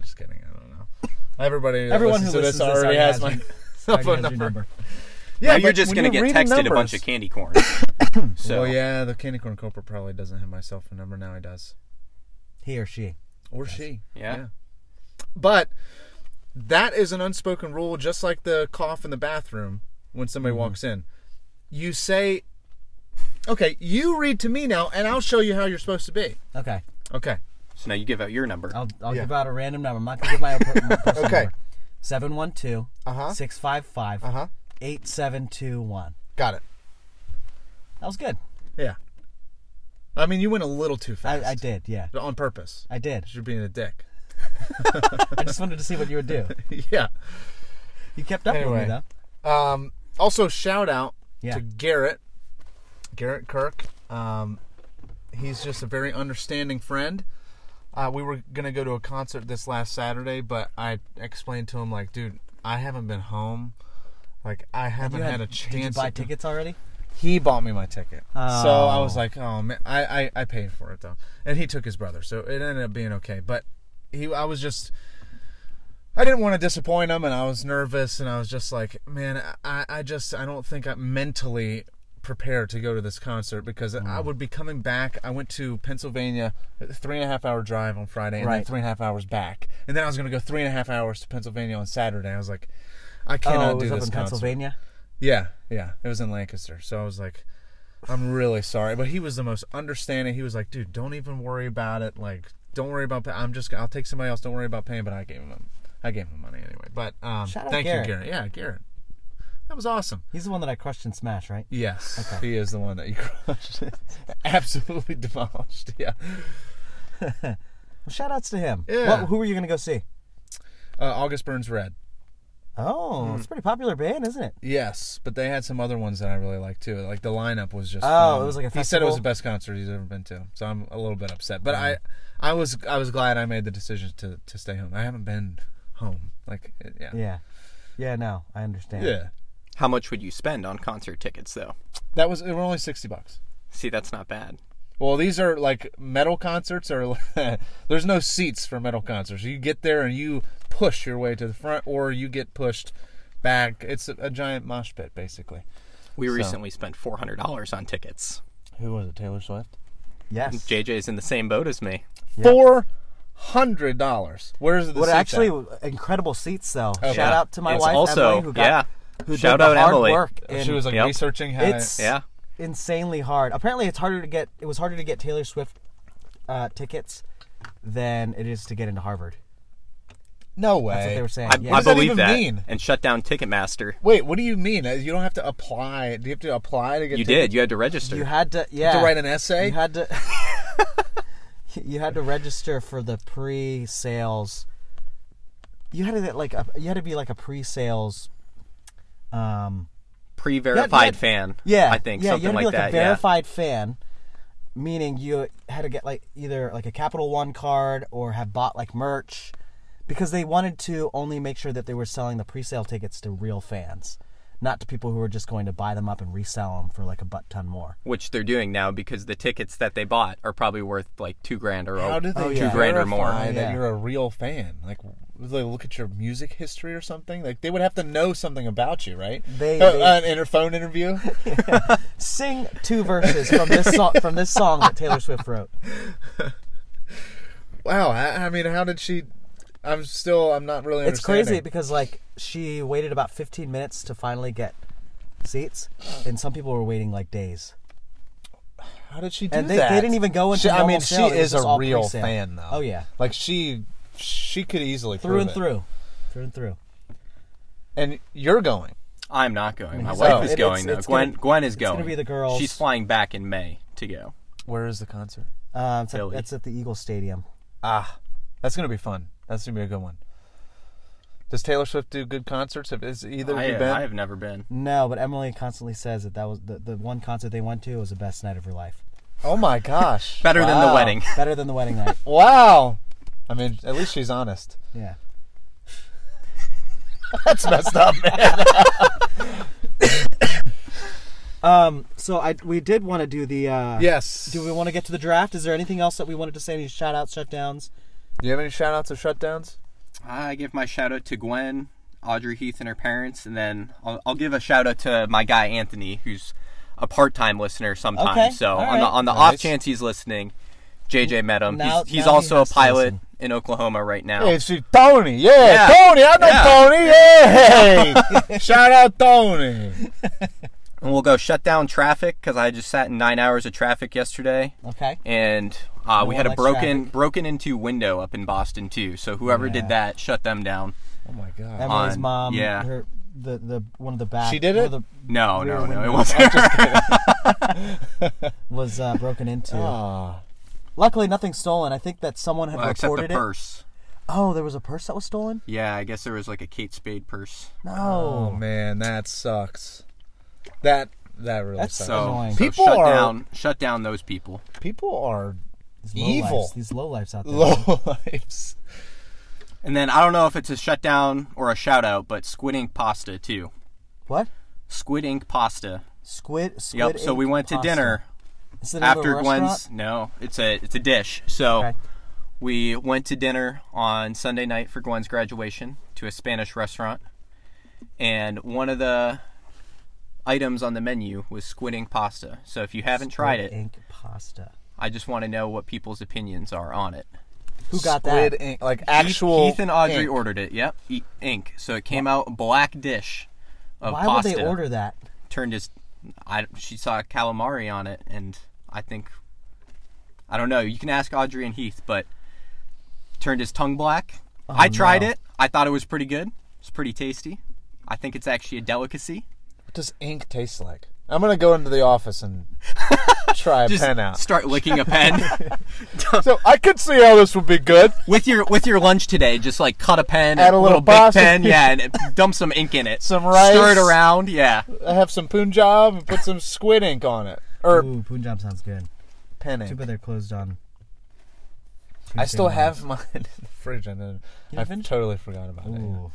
[SPEAKER 3] just kidding. I don't know. Everybody, that
[SPEAKER 1] Everyone
[SPEAKER 3] listens
[SPEAKER 1] who
[SPEAKER 3] to
[SPEAKER 1] listens
[SPEAKER 3] this
[SPEAKER 1] to this
[SPEAKER 3] already has my (laughs)
[SPEAKER 1] already
[SPEAKER 3] cell
[SPEAKER 1] Already
[SPEAKER 3] phone
[SPEAKER 1] has your
[SPEAKER 3] number.
[SPEAKER 1] number.
[SPEAKER 3] Yeah,
[SPEAKER 2] Now you're
[SPEAKER 3] but
[SPEAKER 2] just
[SPEAKER 3] when
[SPEAKER 2] gonna get
[SPEAKER 3] reading
[SPEAKER 2] texted a bunch
[SPEAKER 3] numbers-
[SPEAKER 2] of
[SPEAKER 3] (coughs)
[SPEAKER 2] candy corn. so
[SPEAKER 3] Well, yeah, the candy corn corporate probably doesn't have my cell phone number now. He does,
[SPEAKER 1] He or she.
[SPEAKER 3] or she.
[SPEAKER 2] Yeah.
[SPEAKER 3] But that is an unspoken rule, just like the cough in the bathroom when
[SPEAKER 1] Mm-hmm.
[SPEAKER 3] somebody walks in. You say, "Okay, you read to me now, and I'll show you how you're supposed to be."
[SPEAKER 1] Okay,
[SPEAKER 3] Okay.
[SPEAKER 2] So now you give out your number.
[SPEAKER 3] Oh.
[SPEAKER 1] I'll, I'll
[SPEAKER 3] Yeah.
[SPEAKER 1] give out a random number. I'm not gonna give my own per- my personal
[SPEAKER 3] Okay.
[SPEAKER 1] number. Seven one two
[SPEAKER 3] Uh-huh.
[SPEAKER 1] six five five
[SPEAKER 3] huh.
[SPEAKER 1] eight seven two one.
[SPEAKER 3] Got it.
[SPEAKER 1] That was good.
[SPEAKER 3] Yeah. I mean, you went a little too fast.
[SPEAKER 1] I, I did. Yeah,
[SPEAKER 3] on purpose.
[SPEAKER 1] I did.
[SPEAKER 3] You're being a dick. (laughs)
[SPEAKER 1] I just wanted to see what you would do.
[SPEAKER 3] yeah.
[SPEAKER 1] You kept up with
[SPEAKER 3] Anyway.
[SPEAKER 1] me though.
[SPEAKER 3] Um, also, shout out
[SPEAKER 1] Yeah.
[SPEAKER 3] to Garrett, Garrett Kirk. Um, he's just a very understanding friend. Uh, we were gonna go to a concert this last Saturday, but I explained to him like, dude, I haven't been home. Like I haven't
[SPEAKER 1] You
[SPEAKER 3] had, a
[SPEAKER 1] Did you
[SPEAKER 3] chance.
[SPEAKER 1] buy
[SPEAKER 3] to-
[SPEAKER 1] tickets already?
[SPEAKER 3] He bought me my ticket, so I
[SPEAKER 1] Oh.
[SPEAKER 3] was like, "Oh man, I, I I paid for it though," and he took his brother, so it ended up being okay. But he, I was just, I didn't want to disappoint him, and I was nervous, and I was just like, "Man, I I just I don't think I'm mentally prepared to go to this concert because I
[SPEAKER 1] Mm.
[SPEAKER 3] would be coming back. I went to Pennsylvania, three and a half hour drive on Friday, and then
[SPEAKER 1] Right.
[SPEAKER 3] three and a half hours back, and then I was gonna go three and a half hours to Pennsylvania on Saturday. I was like, I cannot
[SPEAKER 1] oh, it was
[SPEAKER 3] do
[SPEAKER 1] up
[SPEAKER 3] this
[SPEAKER 1] in
[SPEAKER 3] concert.
[SPEAKER 1] Pennsylvania.
[SPEAKER 3] Yeah, yeah. It was in Lancaster. So I was like, I'm really sorry. But he was the most understanding. He was like, dude, don't even worry about it. Like, don't worry about pay. I'm just, I'll take somebody else. Don't worry about paying. But I gave him, I gave him money anyway. But um,
[SPEAKER 1] Shout out
[SPEAKER 3] thank
[SPEAKER 1] Garrett.
[SPEAKER 3] you, Garrett. Yeah, Garrett. That was awesome.
[SPEAKER 1] He's the one that I crushed in Smash, right?
[SPEAKER 3] Yes. He is the one that you (laughs) crushed. Absolutely demolished. Yeah.
[SPEAKER 1] Well, shout outs to him.
[SPEAKER 3] Yeah.
[SPEAKER 1] What, who were you gonna go see?
[SPEAKER 3] Uh, August Burns Red.
[SPEAKER 1] Oh,
[SPEAKER 3] Hmm.
[SPEAKER 1] it's a pretty popular band, isn't it?
[SPEAKER 3] Yes, but they had some other ones that I really liked too. Like the lineup was just.
[SPEAKER 1] Oh, it
[SPEAKER 3] phenomenal.
[SPEAKER 1] was like a
[SPEAKER 3] He said it was
[SPEAKER 1] festival?
[SPEAKER 3] the best concert he's ever been to, so I'm a little bit upset. But I, I was I was glad I made the decision to to stay home. I haven't been home. Like it- yeah,
[SPEAKER 1] Yeah. Yeah. No, I understand.
[SPEAKER 3] yeah.
[SPEAKER 2] How much would you spend on concert tickets though?
[SPEAKER 3] That was it. Were only sixty bucks.
[SPEAKER 2] See, that's not bad.
[SPEAKER 3] Well, these are like metal concerts, or (laughs) there's no seats for metal concerts. You get there and you push your way to the front, or you get pushed back. It's a, a giant mosh pit, basically.
[SPEAKER 2] We recently spent four hundred dollars on tickets.
[SPEAKER 3] Who was it? Taylor Swift.
[SPEAKER 1] Yes.
[SPEAKER 2] JJ's in the same boat as me.
[SPEAKER 3] Four hundred dollars. Where's the
[SPEAKER 1] What
[SPEAKER 3] seats at?
[SPEAKER 1] actually incredible seats though. Shout
[SPEAKER 2] Yeah.
[SPEAKER 1] out to my
[SPEAKER 2] It's
[SPEAKER 1] wife
[SPEAKER 2] also,
[SPEAKER 1] Emily who got
[SPEAKER 2] yeah.
[SPEAKER 1] who
[SPEAKER 2] Shout
[SPEAKER 1] did
[SPEAKER 2] out
[SPEAKER 1] the hard
[SPEAKER 2] Emily.
[SPEAKER 1] work. And
[SPEAKER 3] she was like
[SPEAKER 2] Yep.
[SPEAKER 3] researching how
[SPEAKER 1] it's
[SPEAKER 3] to,
[SPEAKER 2] Yeah.
[SPEAKER 1] insanely hard. Apparently, it's harder to get. It was harder to get Taylor Swift uh, tickets than it is to get into Harvard.
[SPEAKER 3] no way
[SPEAKER 1] That's what they were saying.
[SPEAKER 2] I,
[SPEAKER 1] Yeah.
[SPEAKER 2] I
[SPEAKER 3] does that
[SPEAKER 2] believe
[SPEAKER 3] even
[SPEAKER 2] that.
[SPEAKER 3] mean?
[SPEAKER 2] And shut down Ticketmaster.
[SPEAKER 3] wait what do you mean Uh, you don't have to apply do you have to apply to get
[SPEAKER 2] You
[SPEAKER 3] tickets?
[SPEAKER 2] did. You had to register.
[SPEAKER 1] you had to yeah
[SPEAKER 3] to write an essay
[SPEAKER 1] You had to. (laughs) you had to register for the pre-sales. You had to like a, you had to be like a pre-sales. Um. Yeah, yeah.
[SPEAKER 2] Pre-verified fan.
[SPEAKER 1] Yeah.
[SPEAKER 2] I think
[SPEAKER 1] yeah,
[SPEAKER 2] something
[SPEAKER 1] you had to
[SPEAKER 2] like,
[SPEAKER 1] be like
[SPEAKER 2] that.
[SPEAKER 1] a verified fan, meaning you had to get like either like a Capital One card or have bought like merch, because they wanted to only make sure that they were selling the pre-sale tickets to real fans, not to people who are just going to buy them up and resell them for like a butt ton more.
[SPEAKER 2] which they're doing now because the tickets that they bought are probably worth like two grand or
[SPEAKER 3] How did they
[SPEAKER 1] Oh,
[SPEAKER 3] verify
[SPEAKER 1] yeah.
[SPEAKER 2] grand or more.
[SPEAKER 3] that
[SPEAKER 1] Yeah.
[SPEAKER 3] you're a real fan? Like, would they look at your music history or something? Like, they would have to know something about you, right?
[SPEAKER 1] They-
[SPEAKER 3] Uh,
[SPEAKER 1] they-
[SPEAKER 3] an inter- phone interview. (laughs)
[SPEAKER 1] Sing two verses from this song from this song that Taylor Swift wrote.
[SPEAKER 3] wow. I, I mean, how did she? I'm still. I'm not really.
[SPEAKER 1] It's crazy
[SPEAKER 3] understanding.
[SPEAKER 1] because like she waited about 15 minutes to finally get seats, and some people were waiting like days.
[SPEAKER 3] How did she do
[SPEAKER 1] And they,
[SPEAKER 3] that?
[SPEAKER 1] they didn't even go into.
[SPEAKER 3] She, I
[SPEAKER 1] normal
[SPEAKER 3] mean,
[SPEAKER 1] sale, it
[SPEAKER 3] she
[SPEAKER 1] was
[SPEAKER 3] is
[SPEAKER 1] just
[SPEAKER 3] a
[SPEAKER 1] all
[SPEAKER 3] real
[SPEAKER 1] pre-sale.
[SPEAKER 3] fan, though.
[SPEAKER 1] Oh yeah,
[SPEAKER 3] Like she, she could easily
[SPEAKER 1] through and
[SPEAKER 3] prove it.
[SPEAKER 1] through, through and through.
[SPEAKER 3] And you're going.
[SPEAKER 2] I'm not going. My
[SPEAKER 1] So,
[SPEAKER 2] wife is
[SPEAKER 1] it-
[SPEAKER 2] going
[SPEAKER 1] it's-
[SPEAKER 2] though.
[SPEAKER 1] it's
[SPEAKER 2] Gwen
[SPEAKER 1] gonna-
[SPEAKER 2] Gwen is
[SPEAKER 1] it's
[SPEAKER 2] going.
[SPEAKER 1] gonna be the girls.
[SPEAKER 2] She's flying back in May to go.
[SPEAKER 3] Where is the concert?
[SPEAKER 1] Uh, it's at,
[SPEAKER 2] Philly.
[SPEAKER 1] that's at the Eagle Stadium.
[SPEAKER 3] Ah, that's gonna be fun. That's gonna be a good one. Does Taylor Swift do good concerts? Have is either of
[SPEAKER 2] I,
[SPEAKER 3] you been?
[SPEAKER 2] I have never been.
[SPEAKER 1] No, but Emily constantly says that that was the, the one concert they went to was the best night of her life.
[SPEAKER 3] Oh my gosh!
[SPEAKER 2] (laughs) Better than the
[SPEAKER 3] Wow.
[SPEAKER 2] wedding.
[SPEAKER 1] Better than the wedding (laughs) night.
[SPEAKER 3] Wow. I mean, at least
[SPEAKER 1] (laughs)
[SPEAKER 3] she's honest.
[SPEAKER 1] Yeah.
[SPEAKER 3] That's messed up, man.
[SPEAKER 1] Um. So I we did want to do the. Uh,
[SPEAKER 3] (laughs) yes.
[SPEAKER 1] Do we want to get to the draft? Is there anything else that we wanted to say? Any shout outs, shutdowns?
[SPEAKER 3] Do you have any shout outs or shutdowns?
[SPEAKER 2] I give my shout out to Gwen, Audrey Heath, and her parents, and then I'll, I'll give a shout out to my guy Anthony, who's a part-time listener sometimes.
[SPEAKER 1] Okay,
[SPEAKER 2] so
[SPEAKER 1] all
[SPEAKER 2] on the
[SPEAKER 1] right.
[SPEAKER 2] on the
[SPEAKER 3] Nice.
[SPEAKER 2] off chance he's listening, JJ met him.
[SPEAKER 1] Now-
[SPEAKER 2] he's he's
[SPEAKER 1] now he
[SPEAKER 2] also a
[SPEAKER 1] has to
[SPEAKER 2] pilot
[SPEAKER 1] listen.
[SPEAKER 2] in Oklahoma right now.
[SPEAKER 3] Hey, she, Tony. Yeah,
[SPEAKER 2] Yeah.
[SPEAKER 3] Tony. I know
[SPEAKER 2] Yeah.
[SPEAKER 3] Tony. (laughs) Hey. shout out Tony.
[SPEAKER 2] And we'll go shut down traffic because I just sat in nine hours of traffic yesterday.
[SPEAKER 1] Okay.
[SPEAKER 2] and uh,
[SPEAKER 1] one
[SPEAKER 2] we had a
[SPEAKER 1] likes
[SPEAKER 2] broken broken into window up in Boston too. So whoever
[SPEAKER 1] Yeah.
[SPEAKER 2] did that shut them down.
[SPEAKER 3] Oh my god.
[SPEAKER 1] Emily's
[SPEAKER 2] On-
[SPEAKER 1] mom.
[SPEAKER 2] yeah.
[SPEAKER 1] Her, the the one of the back.
[SPEAKER 3] She did
[SPEAKER 1] one of
[SPEAKER 3] it?
[SPEAKER 1] the-
[SPEAKER 2] No, no,
[SPEAKER 1] Rear
[SPEAKER 2] no, it
[SPEAKER 1] window.
[SPEAKER 2] wasn't.
[SPEAKER 1] was uh, broken into.
[SPEAKER 3] Ah.
[SPEAKER 1] Luckily, nothing stolen. I think that someone had
[SPEAKER 2] Oh. Well, (laughs) except the
[SPEAKER 1] reported it.
[SPEAKER 2] purse.
[SPEAKER 1] Oh, there was a purse that was stolen.
[SPEAKER 2] Yeah, I guess there was like a Kate Spade purse.
[SPEAKER 1] No.
[SPEAKER 3] Oh man, that sucks. That that really
[SPEAKER 1] That's
[SPEAKER 3] sucks.
[SPEAKER 2] So,
[SPEAKER 1] Annoying.
[SPEAKER 2] so
[SPEAKER 3] People
[SPEAKER 2] shut
[SPEAKER 3] are-
[SPEAKER 2] down, shut down those people.
[SPEAKER 3] People are
[SPEAKER 1] These lowlifes-
[SPEAKER 3] evil.
[SPEAKER 1] These low lifes out there.
[SPEAKER 3] (laughs) Low lives.
[SPEAKER 2] And then I don't know if it's a shutdown or a shout out, but Squid Ink pasta too.
[SPEAKER 1] What?
[SPEAKER 2] Squid Ink pasta.
[SPEAKER 1] Squid. Squid.
[SPEAKER 2] Yep. So
[SPEAKER 1] ink
[SPEAKER 2] we went to
[SPEAKER 1] pasta.
[SPEAKER 2] dinner
[SPEAKER 1] Is it another
[SPEAKER 2] after
[SPEAKER 1] restaurant?
[SPEAKER 2] Gwen's. No, it's a it's a dish. So
[SPEAKER 1] Okay.
[SPEAKER 2] we went to dinner on Sunday night for Gwen's graduation to a Spanish restaurant, and one of the items on the menu was squid ink pasta. So if you haven't tried
[SPEAKER 1] Squid
[SPEAKER 2] it,
[SPEAKER 1] Ink pasta.
[SPEAKER 2] I just want to know what people's opinions are on it.
[SPEAKER 1] Who got
[SPEAKER 3] Squid
[SPEAKER 1] that?
[SPEAKER 3] ink, like
[SPEAKER 2] Keith-
[SPEAKER 3] actual.
[SPEAKER 2] Keith and Audrey
[SPEAKER 3] ink.
[SPEAKER 2] ordered it. Yep, e- ink. So it came out black dish of
[SPEAKER 1] Why
[SPEAKER 2] pasta.
[SPEAKER 1] would they order that?
[SPEAKER 2] Turned his, I she saw calamari on it, and I think, I don't know. You can ask Audrey and Heath, but turned his tongue black.
[SPEAKER 3] Oh,
[SPEAKER 2] I tried
[SPEAKER 1] no.
[SPEAKER 2] it. I thought it was pretty good. It's pretty tasty. I think it's actually a delicacy.
[SPEAKER 3] What does ink taste like? I'm gonna go into the office and
[SPEAKER 2] (laughs)
[SPEAKER 3] try a
[SPEAKER 2] Just
[SPEAKER 3] pen out.
[SPEAKER 2] start
[SPEAKER 3] (laughs)
[SPEAKER 2] licking a pen
[SPEAKER 3] So I could see how this would be good.
[SPEAKER 2] with your with your lunch today. Just like cut a pen,
[SPEAKER 3] Add a little
[SPEAKER 2] big
[SPEAKER 3] pasta.
[SPEAKER 2] pen, yeah, and
[SPEAKER 3] (laughs)
[SPEAKER 2] dump some ink in it.
[SPEAKER 3] Some rice.
[SPEAKER 2] stir it around, yeah.
[SPEAKER 3] I have some punjab and put some squid ink on it or
[SPEAKER 1] Ooh, Punjab sounds good.
[SPEAKER 3] pen
[SPEAKER 1] Too
[SPEAKER 3] ink.
[SPEAKER 1] bad they're closed on.
[SPEAKER 3] I
[SPEAKER 1] Tuesday
[SPEAKER 3] still have
[SPEAKER 1] mornings.
[SPEAKER 3] mine in the fridge and then
[SPEAKER 1] You
[SPEAKER 3] I
[SPEAKER 1] didn't finish?
[SPEAKER 3] totally forgot about it. yeah.
[SPEAKER 1] Ooh.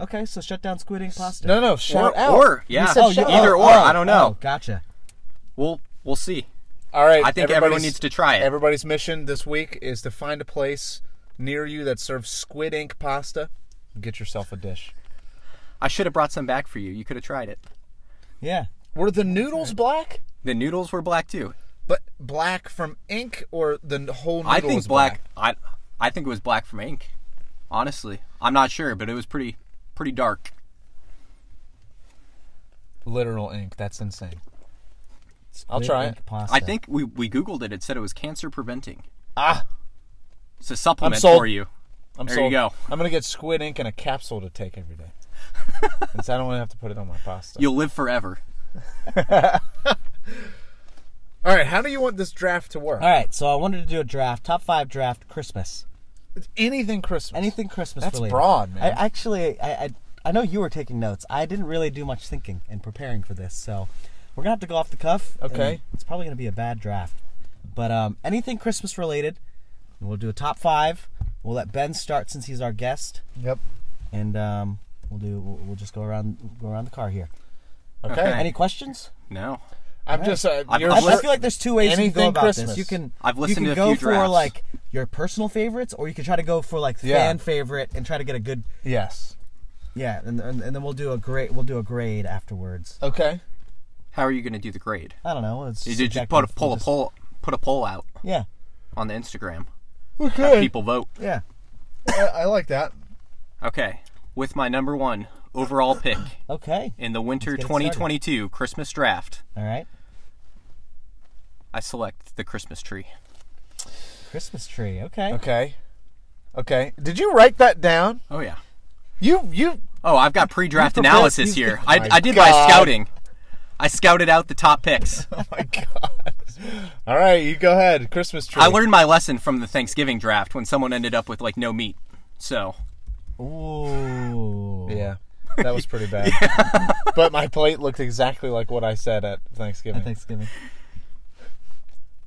[SPEAKER 1] Okay, so shut down squid ink pasta.
[SPEAKER 3] No, no, shout
[SPEAKER 2] or,
[SPEAKER 3] out.
[SPEAKER 2] or
[SPEAKER 3] You
[SPEAKER 2] yeah,
[SPEAKER 3] said
[SPEAKER 1] Oh, you-
[SPEAKER 3] shout
[SPEAKER 2] either
[SPEAKER 3] out.
[SPEAKER 2] or.
[SPEAKER 3] Oh,
[SPEAKER 2] I don't
[SPEAKER 1] Oh,
[SPEAKER 2] know.
[SPEAKER 1] gotcha.
[SPEAKER 2] We'll we'll see.
[SPEAKER 3] All right.
[SPEAKER 2] I think everyone
[SPEAKER 3] everybody's-
[SPEAKER 2] needs to try it.
[SPEAKER 3] Everybody's mission this week is to find a place near you that serves squid ink pasta. and Get yourself a dish.
[SPEAKER 2] I should have brought some back for you. You could have tried it.
[SPEAKER 1] Yeah.
[SPEAKER 3] Were the noodles black?
[SPEAKER 2] The noodles were black too.
[SPEAKER 3] But black from ink or the whole noodle
[SPEAKER 2] I think
[SPEAKER 3] was
[SPEAKER 2] black, I I think it was black from ink. Honestly, I'm not sure, but it was pretty pretty dark.
[SPEAKER 3] Literal ink. That's insane. I'll
[SPEAKER 1] Squid
[SPEAKER 3] try
[SPEAKER 1] ink
[SPEAKER 3] it.
[SPEAKER 1] Pasta.
[SPEAKER 2] I think we we googled it. It said it was cancer preventing.
[SPEAKER 3] Ah,
[SPEAKER 2] It's a supplement
[SPEAKER 3] sold.
[SPEAKER 2] for you.
[SPEAKER 3] I'm
[SPEAKER 2] There you
[SPEAKER 3] sold.
[SPEAKER 2] go.
[SPEAKER 3] I'm gonna get squid ink in a capsule to take every
[SPEAKER 2] (laughs)
[SPEAKER 3] day. Since I don't want to have to put it on my pasta.
[SPEAKER 2] You'll live forever.
[SPEAKER 3] All right. How do you want this draft to work?
[SPEAKER 1] All right, so I wanted to do a draft, top five draft, Christmas,
[SPEAKER 3] Anything Christmas.
[SPEAKER 1] anything Christmas
[SPEAKER 3] That's
[SPEAKER 1] related.
[SPEAKER 3] broad, man.
[SPEAKER 1] I actually, I, I, I know you were taking notes. I didn't really do much thinking and preparing for this, so we're gonna have to go off the cuff. and
[SPEAKER 3] Okay.
[SPEAKER 1] It's probably gonna be a bad draft, but um, anything Christmas related, and we'll do a top five. We'll let Ben start since he's our guest,
[SPEAKER 3] Yep.
[SPEAKER 1] and um, We'll do. We'll, we'll just go around. Go around the car here.
[SPEAKER 3] Okay.
[SPEAKER 2] Okay.
[SPEAKER 1] Any questions?
[SPEAKER 2] No.
[SPEAKER 3] I'm just. Uh,
[SPEAKER 2] I've-
[SPEAKER 3] you're
[SPEAKER 1] I,
[SPEAKER 2] I've
[SPEAKER 1] I
[SPEAKER 2] Listen-
[SPEAKER 1] feel like there's two ways you can
[SPEAKER 3] Anything
[SPEAKER 1] go about
[SPEAKER 3] Christmas.
[SPEAKER 1] this. You can.
[SPEAKER 2] I've listened
[SPEAKER 1] you can
[SPEAKER 2] to a few
[SPEAKER 1] go for
[SPEAKER 2] drafts.
[SPEAKER 1] like your personal favorites, or you can try to go for like
[SPEAKER 3] Yeah.
[SPEAKER 1] fan favorite and try to get a good.
[SPEAKER 3] yes.
[SPEAKER 1] Yeah, and, and, and then we'll do a great. We'll do a grade afterwards.
[SPEAKER 3] Okay.
[SPEAKER 2] How are you going to do the grade?
[SPEAKER 1] I don't know. It's
[SPEAKER 2] You did just
[SPEAKER 1] subjective.
[SPEAKER 2] put a pull
[SPEAKER 1] We'll
[SPEAKER 2] a
[SPEAKER 1] just-
[SPEAKER 2] poll put a poll out
[SPEAKER 1] Yeah,
[SPEAKER 2] on the Instagram.
[SPEAKER 3] Okay.
[SPEAKER 2] People vote.
[SPEAKER 1] yeah.
[SPEAKER 3] I, I like that.
[SPEAKER 2] Okay. With my number one overall pick
[SPEAKER 1] Okay.
[SPEAKER 2] in the winter
[SPEAKER 1] Let's get it started.
[SPEAKER 2] 2022 Christmas draft,
[SPEAKER 1] All right.
[SPEAKER 2] I select the Christmas tree.
[SPEAKER 1] Christmas tree. Okay.
[SPEAKER 3] Okay. Okay. Did you write that down?
[SPEAKER 2] Oh yeah.
[SPEAKER 3] You you (laughs)
[SPEAKER 2] Oh, I've got pre-draft
[SPEAKER 1] You prepared-
[SPEAKER 2] analysis
[SPEAKER 1] you-
[SPEAKER 2] here. I,
[SPEAKER 3] My
[SPEAKER 2] I did my
[SPEAKER 3] God.
[SPEAKER 2] scouting. I scouted out the top picks.
[SPEAKER 3] (laughs) oh my god. All right, you go ahead. Christmas tree.
[SPEAKER 2] I learned my lesson from the Thanksgiving draft when someone ended up with like no meat. So
[SPEAKER 1] Ooh.
[SPEAKER 3] Yeah. That was pretty bad. but my plate looked exactly like what I said at Thanksgiving.
[SPEAKER 1] At Thanksgiving.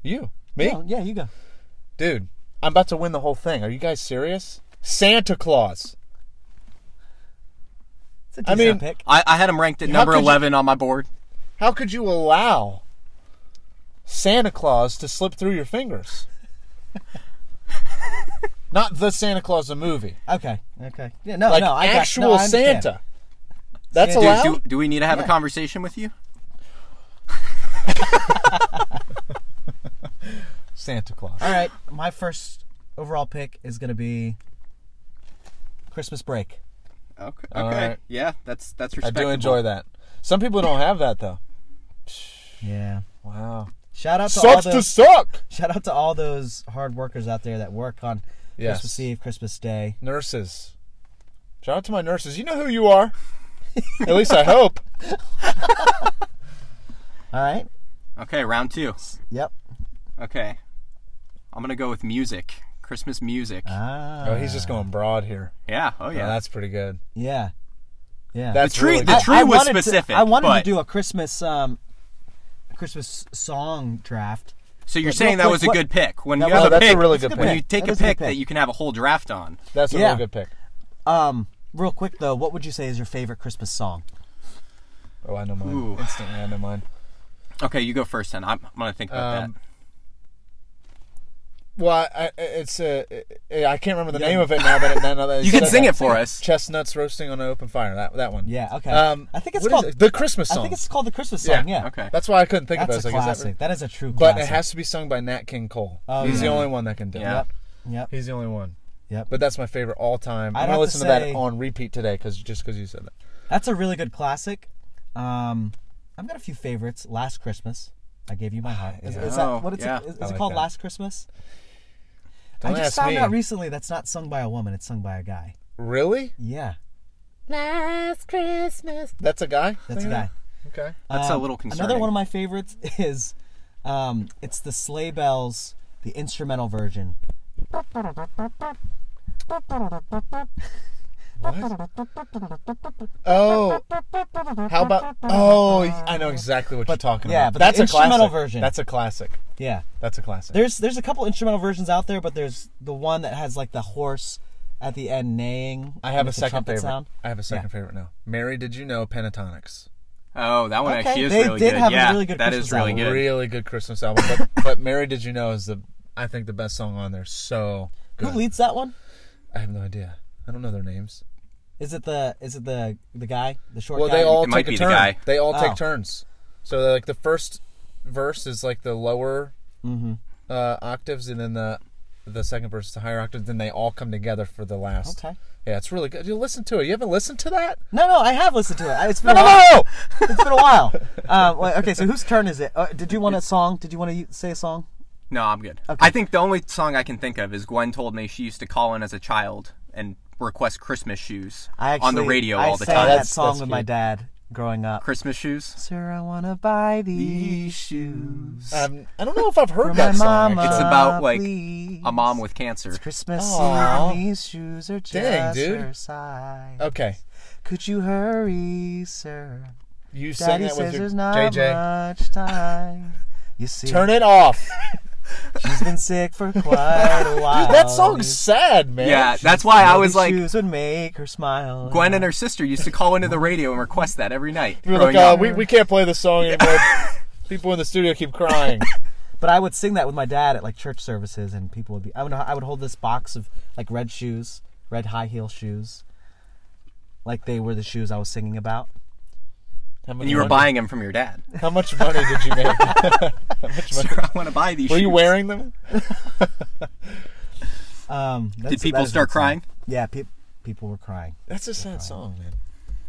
[SPEAKER 3] You. Me?
[SPEAKER 1] Oh, yeah, you go.
[SPEAKER 3] Dude, I'm about to win the whole thing. Are you guys serious? Santa Claus.
[SPEAKER 1] It's a
[SPEAKER 3] I
[SPEAKER 1] decent
[SPEAKER 3] mean-
[SPEAKER 1] pick.
[SPEAKER 2] I, I had him ranked at
[SPEAKER 3] How
[SPEAKER 2] number
[SPEAKER 3] could you-
[SPEAKER 2] 11 on my board.
[SPEAKER 3] How could you allow Santa Claus to slip through
[SPEAKER 1] (laughs)
[SPEAKER 3] your fingers? Not the Santa Claus the movie.
[SPEAKER 1] Okay. Okay. Yeah. No.
[SPEAKER 3] Like
[SPEAKER 1] Oh, no. I got- no,
[SPEAKER 3] actual
[SPEAKER 1] I understand.
[SPEAKER 3] Santa. That's
[SPEAKER 1] Dude,
[SPEAKER 3] allowed?
[SPEAKER 2] Do, do we need to have a conversation with you?
[SPEAKER 3] Santa Claus.
[SPEAKER 1] All right. My first overall pick is gonna be Christmas break.
[SPEAKER 2] Okay.
[SPEAKER 3] All right.
[SPEAKER 2] Yeah, that's that's
[SPEAKER 3] I
[SPEAKER 2] respectable.
[SPEAKER 3] do enjoy that. Some people don't have that though.
[SPEAKER 1] Yeah.
[SPEAKER 3] Wow.
[SPEAKER 1] Shout out to
[SPEAKER 3] Sucks
[SPEAKER 1] all
[SPEAKER 3] to
[SPEAKER 1] those.
[SPEAKER 3] suck.
[SPEAKER 1] shout out to all those hard workers out there that work on
[SPEAKER 3] Yes.
[SPEAKER 1] Christmas Eve, Christmas Day.
[SPEAKER 3] Nurses. Shout out to my nurses. You know who
[SPEAKER 1] (laughs)
[SPEAKER 3] you are. At least I hope.
[SPEAKER 1] All right.
[SPEAKER 2] Okay, round 2.
[SPEAKER 1] Yep.
[SPEAKER 2] Okay. I'm going to go with music. Christmas music.
[SPEAKER 1] Ah.
[SPEAKER 3] Oh, he's just going broad here.
[SPEAKER 2] yeah. Oh
[SPEAKER 3] Yeah,
[SPEAKER 2] yeah.
[SPEAKER 3] that's pretty good.
[SPEAKER 1] Yeah. Yeah.
[SPEAKER 3] That's
[SPEAKER 2] tree-
[SPEAKER 3] really
[SPEAKER 2] the
[SPEAKER 3] good.
[SPEAKER 2] tree- was
[SPEAKER 1] wanted to-
[SPEAKER 2] specific,
[SPEAKER 1] I wanted
[SPEAKER 2] but-
[SPEAKER 1] to do a Christmas um, a Christmas song draft.
[SPEAKER 2] so you're saying that
[SPEAKER 1] quick,
[SPEAKER 2] was a
[SPEAKER 1] what-
[SPEAKER 2] good pick. When
[SPEAKER 1] That
[SPEAKER 2] you
[SPEAKER 1] was-
[SPEAKER 2] have
[SPEAKER 3] Oh,
[SPEAKER 2] a
[SPEAKER 3] that's
[SPEAKER 2] pick,
[SPEAKER 3] a really good
[SPEAKER 1] That's a
[SPEAKER 3] pick.
[SPEAKER 1] good
[SPEAKER 2] when you take a
[SPEAKER 1] That is a good
[SPEAKER 2] pick that
[SPEAKER 1] pick.
[SPEAKER 2] you can have a whole draft on.
[SPEAKER 3] That's a
[SPEAKER 1] Yeah.
[SPEAKER 3] really good pick.
[SPEAKER 1] Um, real quick though, what would you say is your favorite Christmas song?
[SPEAKER 3] Oh, I know mine.
[SPEAKER 2] Ooh.
[SPEAKER 3] Instantly, I know mine.
[SPEAKER 2] Okay, you go first then. I'm, I'm going to think about
[SPEAKER 3] Um, Well, I, I- it's a. I I can't remember the name of it now, but
[SPEAKER 1] (laughs)
[SPEAKER 3] it, now that
[SPEAKER 2] that. You can sing it for us.
[SPEAKER 3] Chestnuts roasting on an open fire. That that one.
[SPEAKER 1] Yeah, okay.
[SPEAKER 3] Um,
[SPEAKER 1] I think it's
[SPEAKER 3] what is
[SPEAKER 1] called-
[SPEAKER 3] it? the Christmas
[SPEAKER 1] I
[SPEAKER 3] song.
[SPEAKER 1] think it's called the Christmas
[SPEAKER 3] Yeah,
[SPEAKER 1] song. Yeah.
[SPEAKER 2] Okay.
[SPEAKER 3] That's why I couldn't think
[SPEAKER 1] That's a
[SPEAKER 3] of it. I was like, is that-
[SPEAKER 1] classic. That is a true
[SPEAKER 3] But
[SPEAKER 1] classic.
[SPEAKER 3] it has to be sung by Nat King Cole.
[SPEAKER 1] Oh,
[SPEAKER 3] He's the
[SPEAKER 1] yeah.
[SPEAKER 3] only one that can do
[SPEAKER 2] Yeah.
[SPEAKER 3] it.
[SPEAKER 1] Yep.
[SPEAKER 3] He's the only one.
[SPEAKER 1] Yep.
[SPEAKER 3] But that's my favorite all time.
[SPEAKER 1] I'd
[SPEAKER 3] I'm gonna
[SPEAKER 1] have to
[SPEAKER 3] listen to that
[SPEAKER 1] say-
[SPEAKER 3] on repeat today, cause just because you said that.
[SPEAKER 1] That's a really good classic. Um, I've got a few favorites. Last Christmas, I gave you my
[SPEAKER 3] (sighs)
[SPEAKER 1] heart. Is, is
[SPEAKER 2] Oh,
[SPEAKER 1] that what it's?
[SPEAKER 2] yeah.
[SPEAKER 1] Is, is
[SPEAKER 3] I
[SPEAKER 1] it
[SPEAKER 3] like
[SPEAKER 1] called
[SPEAKER 3] that.
[SPEAKER 1] Last Christmas?
[SPEAKER 3] Don't
[SPEAKER 1] I just
[SPEAKER 3] ask
[SPEAKER 1] found
[SPEAKER 3] me.
[SPEAKER 1] out recently that's not sung by a woman. It's sung by a guy.
[SPEAKER 3] Really?
[SPEAKER 1] Yeah,
[SPEAKER 4] Last Christmas.
[SPEAKER 3] That's a guy.
[SPEAKER 1] that's a
[SPEAKER 3] Singing
[SPEAKER 1] guy.
[SPEAKER 3] that? Okay.
[SPEAKER 2] That's a
[SPEAKER 1] Um,
[SPEAKER 2] little
[SPEAKER 1] Another
[SPEAKER 2] concerning.
[SPEAKER 1] one of my favorites (laughs) is, um, it's the Sleigh Bells, the instrumental version.
[SPEAKER 3] Oh, how about? Oh, I know exactly what you're talking
[SPEAKER 1] yeah,
[SPEAKER 3] about.
[SPEAKER 1] but the
[SPEAKER 3] that's a
[SPEAKER 1] instrumental
[SPEAKER 3] classic.
[SPEAKER 1] version.
[SPEAKER 3] That's a classic.
[SPEAKER 1] Yeah,
[SPEAKER 3] That's a classic.
[SPEAKER 1] there's there's a couple instrumental versions out there, but there's the one that has like the horse at the end neighing.
[SPEAKER 3] I
[SPEAKER 1] and
[SPEAKER 3] have a
[SPEAKER 1] it's
[SPEAKER 3] second
[SPEAKER 1] trumpet
[SPEAKER 3] favorite.
[SPEAKER 1] sound.
[SPEAKER 3] I have a second favorite now. Mary, did you know Pentatonics?
[SPEAKER 2] Oh, that one
[SPEAKER 1] Okay,
[SPEAKER 2] actually is
[SPEAKER 1] they
[SPEAKER 2] really
[SPEAKER 1] did
[SPEAKER 2] good.
[SPEAKER 1] have a
[SPEAKER 2] yeah,
[SPEAKER 1] really good
[SPEAKER 2] that
[SPEAKER 1] Christmas
[SPEAKER 2] is really
[SPEAKER 1] album.
[SPEAKER 2] good.
[SPEAKER 3] Really good Christmas album. But, but Mary, did you know is the I think the best song on there. So
[SPEAKER 1] Who
[SPEAKER 3] good.
[SPEAKER 1] leads that one?
[SPEAKER 3] I have no idea. I don't know their names.
[SPEAKER 1] Is it the is it the the guy the short
[SPEAKER 3] Well,
[SPEAKER 1] guy?
[SPEAKER 3] they all
[SPEAKER 2] It
[SPEAKER 3] take
[SPEAKER 2] might
[SPEAKER 3] a
[SPEAKER 2] be the
[SPEAKER 3] turn.
[SPEAKER 2] guy.
[SPEAKER 3] They all
[SPEAKER 1] Oh.
[SPEAKER 3] take turns. So like the first verse is like the lower uh, octaves, and then the the second verse is the higher octaves. Then they all come together for the last.
[SPEAKER 1] Okay.
[SPEAKER 3] Yeah, it's really good. You listen to it. You haven't listened to that?
[SPEAKER 1] No, no, I have listened to it.
[SPEAKER 3] (laughs)
[SPEAKER 1] It's been a while.
[SPEAKER 3] No.
[SPEAKER 1] (laughs) It's been a while. Um, wait, okay, so whose turn is it? Uh, did you want a song? Did you want to say a song?
[SPEAKER 2] No, I'm good. I think the only song I can think of is Gwen told me she used to call in as a child and request Christmas shoes
[SPEAKER 1] I actually,
[SPEAKER 2] on the radio
[SPEAKER 1] I
[SPEAKER 2] all the
[SPEAKER 1] sang
[SPEAKER 2] time.
[SPEAKER 1] that
[SPEAKER 3] That's-
[SPEAKER 1] song
[SPEAKER 3] that's
[SPEAKER 1] with my
[SPEAKER 3] cute.
[SPEAKER 1] dad growing up.
[SPEAKER 2] Christmas shoes.
[SPEAKER 1] Sir, I wanna buy these
[SPEAKER 2] shoes.
[SPEAKER 3] Um, I don't know if I've heard
[SPEAKER 1] for my
[SPEAKER 3] that song.
[SPEAKER 1] mama.
[SPEAKER 2] It's
[SPEAKER 3] actually.
[SPEAKER 2] about, like,
[SPEAKER 1] please.
[SPEAKER 2] A mom with cancer.
[SPEAKER 1] Christmas
[SPEAKER 3] Aw.
[SPEAKER 1] Eve, these shoes are just
[SPEAKER 3] Dang, dude.
[SPEAKER 1] her size.
[SPEAKER 3] Okay.
[SPEAKER 1] Could you hurry, sir?
[SPEAKER 3] You sing
[SPEAKER 1] Daddy
[SPEAKER 3] that with
[SPEAKER 1] says
[SPEAKER 3] your
[SPEAKER 1] there's not
[SPEAKER 3] JJ.
[SPEAKER 1] much time. You see,
[SPEAKER 3] Turn it off.
[SPEAKER 1] She's been sick for quite a while.
[SPEAKER 3] (laughs) Dude, that song's sad, man.
[SPEAKER 5] Yeah, that's why I was like,
[SPEAKER 1] shoes would make her smile.
[SPEAKER 5] Gwen and her sister used to call into the radio and request that every night.
[SPEAKER 3] We were
[SPEAKER 5] growing
[SPEAKER 3] like,
[SPEAKER 5] up.
[SPEAKER 3] uh, we, we can't play this song anymore. (laughs) People in the studio keep crying.
[SPEAKER 1] But I would sing that with my dad at like church services, and people would be. I would I would hold this box of like red shoes, red high heel shoes, like they were the shoes I was singing about.
[SPEAKER 3] How much
[SPEAKER 5] and you
[SPEAKER 1] (laughs)
[SPEAKER 5] were
[SPEAKER 3] money-
[SPEAKER 5] buying them from your dad.
[SPEAKER 3] How much money did (laughs) you make?
[SPEAKER 5] Sir,
[SPEAKER 2] (laughs)
[SPEAKER 5] I want to buy these.
[SPEAKER 3] Were you
[SPEAKER 5] shoes.
[SPEAKER 3] wearing them?
[SPEAKER 1] Um, that's-
[SPEAKER 5] Did
[SPEAKER 1] that
[SPEAKER 5] people
[SPEAKER 1] is
[SPEAKER 5] start
[SPEAKER 1] what's in it.
[SPEAKER 5] crying?
[SPEAKER 1] Yeah, pe- people were crying.
[SPEAKER 3] That's a sad song, man.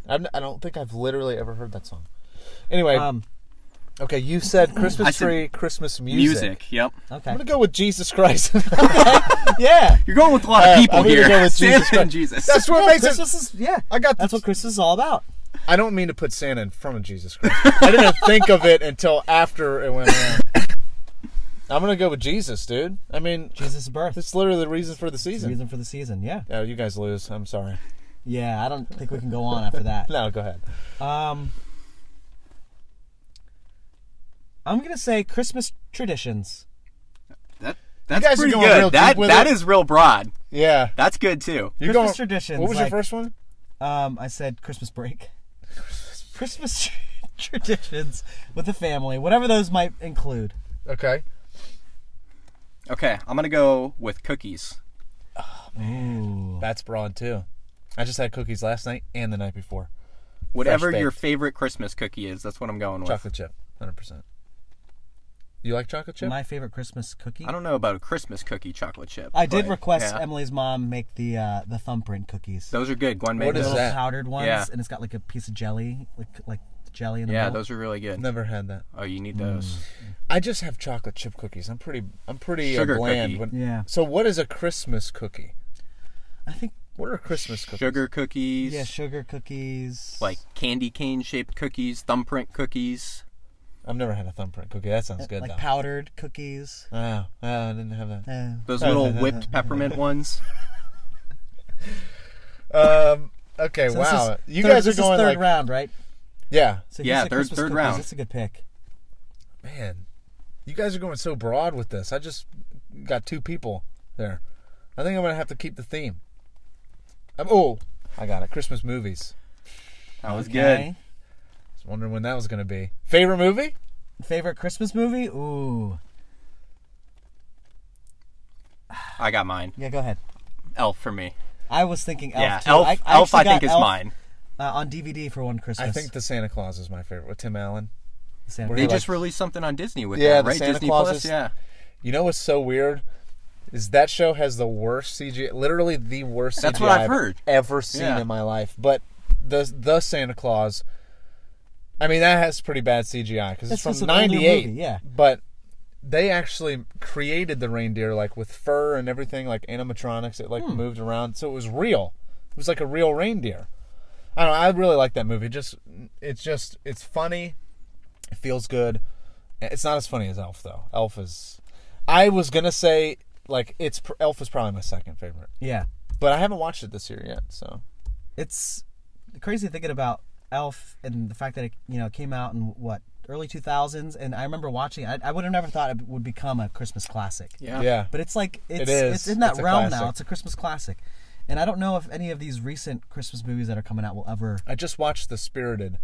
[SPEAKER 3] I'm, I don't think I've literally ever heard that song. Anyway,
[SPEAKER 1] Um,
[SPEAKER 3] okay, you said Christmas
[SPEAKER 5] I said
[SPEAKER 3] tree, Christmas music.
[SPEAKER 5] Music. Yep.
[SPEAKER 1] okay.
[SPEAKER 3] I'm gonna go with Jesus Christ. (laughs) Okay, yeah,
[SPEAKER 5] You're going with a lot of
[SPEAKER 3] Uh,
[SPEAKER 5] people
[SPEAKER 3] I'm gonna
[SPEAKER 5] here.
[SPEAKER 3] go
[SPEAKER 5] (laughs)
[SPEAKER 3] with
[SPEAKER 5] Santa
[SPEAKER 3] Jesus
[SPEAKER 5] and
[SPEAKER 3] Christ.
[SPEAKER 5] Jesus.
[SPEAKER 3] that's what
[SPEAKER 1] Yeah,
[SPEAKER 3] makes it.
[SPEAKER 1] Christmas is yeah.
[SPEAKER 3] I got
[SPEAKER 1] That's
[SPEAKER 3] this.
[SPEAKER 1] what Christmas is all about.
[SPEAKER 3] I don't mean to put Santa in front of Jesus Christ. I (laughs) didn't think of it until after it went around. I'm gonna go with Jesus, dude. I mean,
[SPEAKER 1] Jesus' birth.
[SPEAKER 3] it's literally the reason for the
[SPEAKER 1] It's the
[SPEAKER 3] season.
[SPEAKER 1] reason for the season. Yeah.
[SPEAKER 3] Oh, you guys lose. I'm sorry.
[SPEAKER 1] Yeah. I don't think we can go on after that.
[SPEAKER 3] (laughs) No, go ahead.
[SPEAKER 1] Um, I'm gonna say Christmas traditions.
[SPEAKER 5] That, that's
[SPEAKER 3] guys are
[SPEAKER 5] pretty
[SPEAKER 3] going real
[SPEAKER 5] good.
[SPEAKER 3] deep
[SPEAKER 5] That
[SPEAKER 3] with
[SPEAKER 5] that
[SPEAKER 3] it.
[SPEAKER 5] is real broad.
[SPEAKER 3] Yeah,
[SPEAKER 5] That's good too.
[SPEAKER 3] you're
[SPEAKER 1] Christmas traditions,
[SPEAKER 3] What was
[SPEAKER 1] like-
[SPEAKER 3] your first one?
[SPEAKER 1] Um, I said Christmas break. Christmas (laughs) traditions with the family, whatever those might include.
[SPEAKER 3] Okay.
[SPEAKER 5] Okay, I'm gonna go with cookies.
[SPEAKER 3] That's broad too. I just had cookies last night and the night before.
[SPEAKER 5] Whatever
[SPEAKER 3] Fresh
[SPEAKER 5] your
[SPEAKER 3] baked.
[SPEAKER 5] favorite Christmas cookie is, that's what I'm going with.
[SPEAKER 3] Chocolate chip, hundred percent. You like chocolate chip?
[SPEAKER 1] My favorite Christmas cookie.
[SPEAKER 5] I don't know about a Christmas cookie chocolate chip.
[SPEAKER 1] I did
[SPEAKER 5] but,
[SPEAKER 1] request
[SPEAKER 5] yeah.
[SPEAKER 1] Emily's mom make the uh, the thumbprint cookies,
[SPEAKER 5] Those are good. Gwen made
[SPEAKER 3] What is
[SPEAKER 5] those.
[SPEAKER 1] little
[SPEAKER 3] that?
[SPEAKER 1] powdered ones,
[SPEAKER 5] Yeah.
[SPEAKER 1] and it's got like a piece of jelly, like like jelly in the
[SPEAKER 5] Yeah,
[SPEAKER 1] middle.
[SPEAKER 5] those are really good.
[SPEAKER 3] Never had that.
[SPEAKER 5] Oh, you need those.
[SPEAKER 3] I just have chocolate chip cookies. I'm pretty. I'm pretty uh,
[SPEAKER 5] Sugar
[SPEAKER 3] bland.
[SPEAKER 5] cookie.
[SPEAKER 3] when-
[SPEAKER 1] Yeah.
[SPEAKER 3] So what is a Christmas cookie?
[SPEAKER 1] I think
[SPEAKER 3] What are Christmas cookies?
[SPEAKER 5] Sugar cookies.
[SPEAKER 1] yeah, sugar cookies.
[SPEAKER 5] like candy cane shaped cookies, thumbprint cookies.
[SPEAKER 3] I've never had a thumbprint cookie. That sounds good
[SPEAKER 1] Uh, like
[SPEAKER 3] though.
[SPEAKER 1] powdered cookies.
[SPEAKER 3] oh, oh, I didn't have that.
[SPEAKER 1] Uh,
[SPEAKER 3] (laughs)
[SPEAKER 5] Those little whipped peppermint ones.
[SPEAKER 3] Um. Okay.
[SPEAKER 1] so this
[SPEAKER 3] wow.
[SPEAKER 1] is
[SPEAKER 3] you
[SPEAKER 1] third-
[SPEAKER 3] guys are
[SPEAKER 1] this is
[SPEAKER 3] going
[SPEAKER 1] third
[SPEAKER 3] like.
[SPEAKER 1] round, right?
[SPEAKER 3] Yeah.
[SPEAKER 1] So
[SPEAKER 5] Yeah,
[SPEAKER 1] here's the
[SPEAKER 5] third-
[SPEAKER 1] Christmas
[SPEAKER 5] third
[SPEAKER 1] cookies.
[SPEAKER 5] round.
[SPEAKER 1] That's a good pick.
[SPEAKER 3] Man, you guys are going so broad with this. I just got two people there. I think I'm gonna have to keep the theme. I'm, oh, I got it. Christmas movies.
[SPEAKER 5] That was
[SPEAKER 1] Okay.
[SPEAKER 3] I was wondering when that was gonna be. Favorite movie?
[SPEAKER 1] Favorite Christmas movie? Ooh.
[SPEAKER 5] good. I got mine.
[SPEAKER 1] Yeah, go ahead.
[SPEAKER 5] Elf for me.
[SPEAKER 1] I was thinking Elf.
[SPEAKER 5] Yeah,
[SPEAKER 1] too.
[SPEAKER 5] Elf.
[SPEAKER 1] I, I
[SPEAKER 5] Elf.
[SPEAKER 1] actually
[SPEAKER 5] I think
[SPEAKER 1] got
[SPEAKER 5] is
[SPEAKER 1] Elf,
[SPEAKER 5] mine.
[SPEAKER 1] uh, on DVD for one Christmas.
[SPEAKER 3] I think the Santa Claus is my favorite with Tim Allen.
[SPEAKER 1] Santa
[SPEAKER 3] we're
[SPEAKER 5] They
[SPEAKER 1] Claus.
[SPEAKER 3] like-
[SPEAKER 5] just released something on Disney with
[SPEAKER 3] Yeah,
[SPEAKER 5] that,
[SPEAKER 3] the
[SPEAKER 5] right?
[SPEAKER 3] Santa
[SPEAKER 5] Disney
[SPEAKER 3] Claus
[SPEAKER 5] Plus.
[SPEAKER 3] is-
[SPEAKER 5] Yeah.
[SPEAKER 3] You know what's so weird is that show has the worst CGI, literally the worst
[SPEAKER 5] That's
[SPEAKER 3] CGI
[SPEAKER 5] what I've heard.
[SPEAKER 3] ever seen
[SPEAKER 5] Yeah.
[SPEAKER 3] in my life. But the the Santa Claus, I mean, that has pretty bad CGI because
[SPEAKER 1] That's
[SPEAKER 3] it's
[SPEAKER 1] just
[SPEAKER 3] from
[SPEAKER 1] an older
[SPEAKER 3] '98.
[SPEAKER 1] movie, yeah.
[SPEAKER 3] but they actually created the reindeer like with fur and everything, like animatronics. It
[SPEAKER 1] Hmm.
[SPEAKER 3] like moved around, so it was real. It was like a real reindeer. I don't. know, I really like that movie. Just it's just it's funny. It feels good. It's not as funny as Elf though. Elf is. I was gonna say like it's pr- Elf is probably my second favorite,
[SPEAKER 1] yeah.
[SPEAKER 3] but I haven't watched it this year yet. So
[SPEAKER 1] It's crazy thinking about Elf and the fact that it you know came out in what early 2000s, and I remember watching. it. I, I would have never thought it would become a Christmas classic.
[SPEAKER 5] Yeah.
[SPEAKER 3] yeah,
[SPEAKER 1] But it's like it's
[SPEAKER 3] is.
[SPEAKER 1] it's in that
[SPEAKER 3] It's a
[SPEAKER 1] realm now.
[SPEAKER 3] classic.
[SPEAKER 1] It's a Christmas classic, and I don't know if any of these recent Christmas movies that are coming out will ever.
[SPEAKER 3] I just watched The Spirited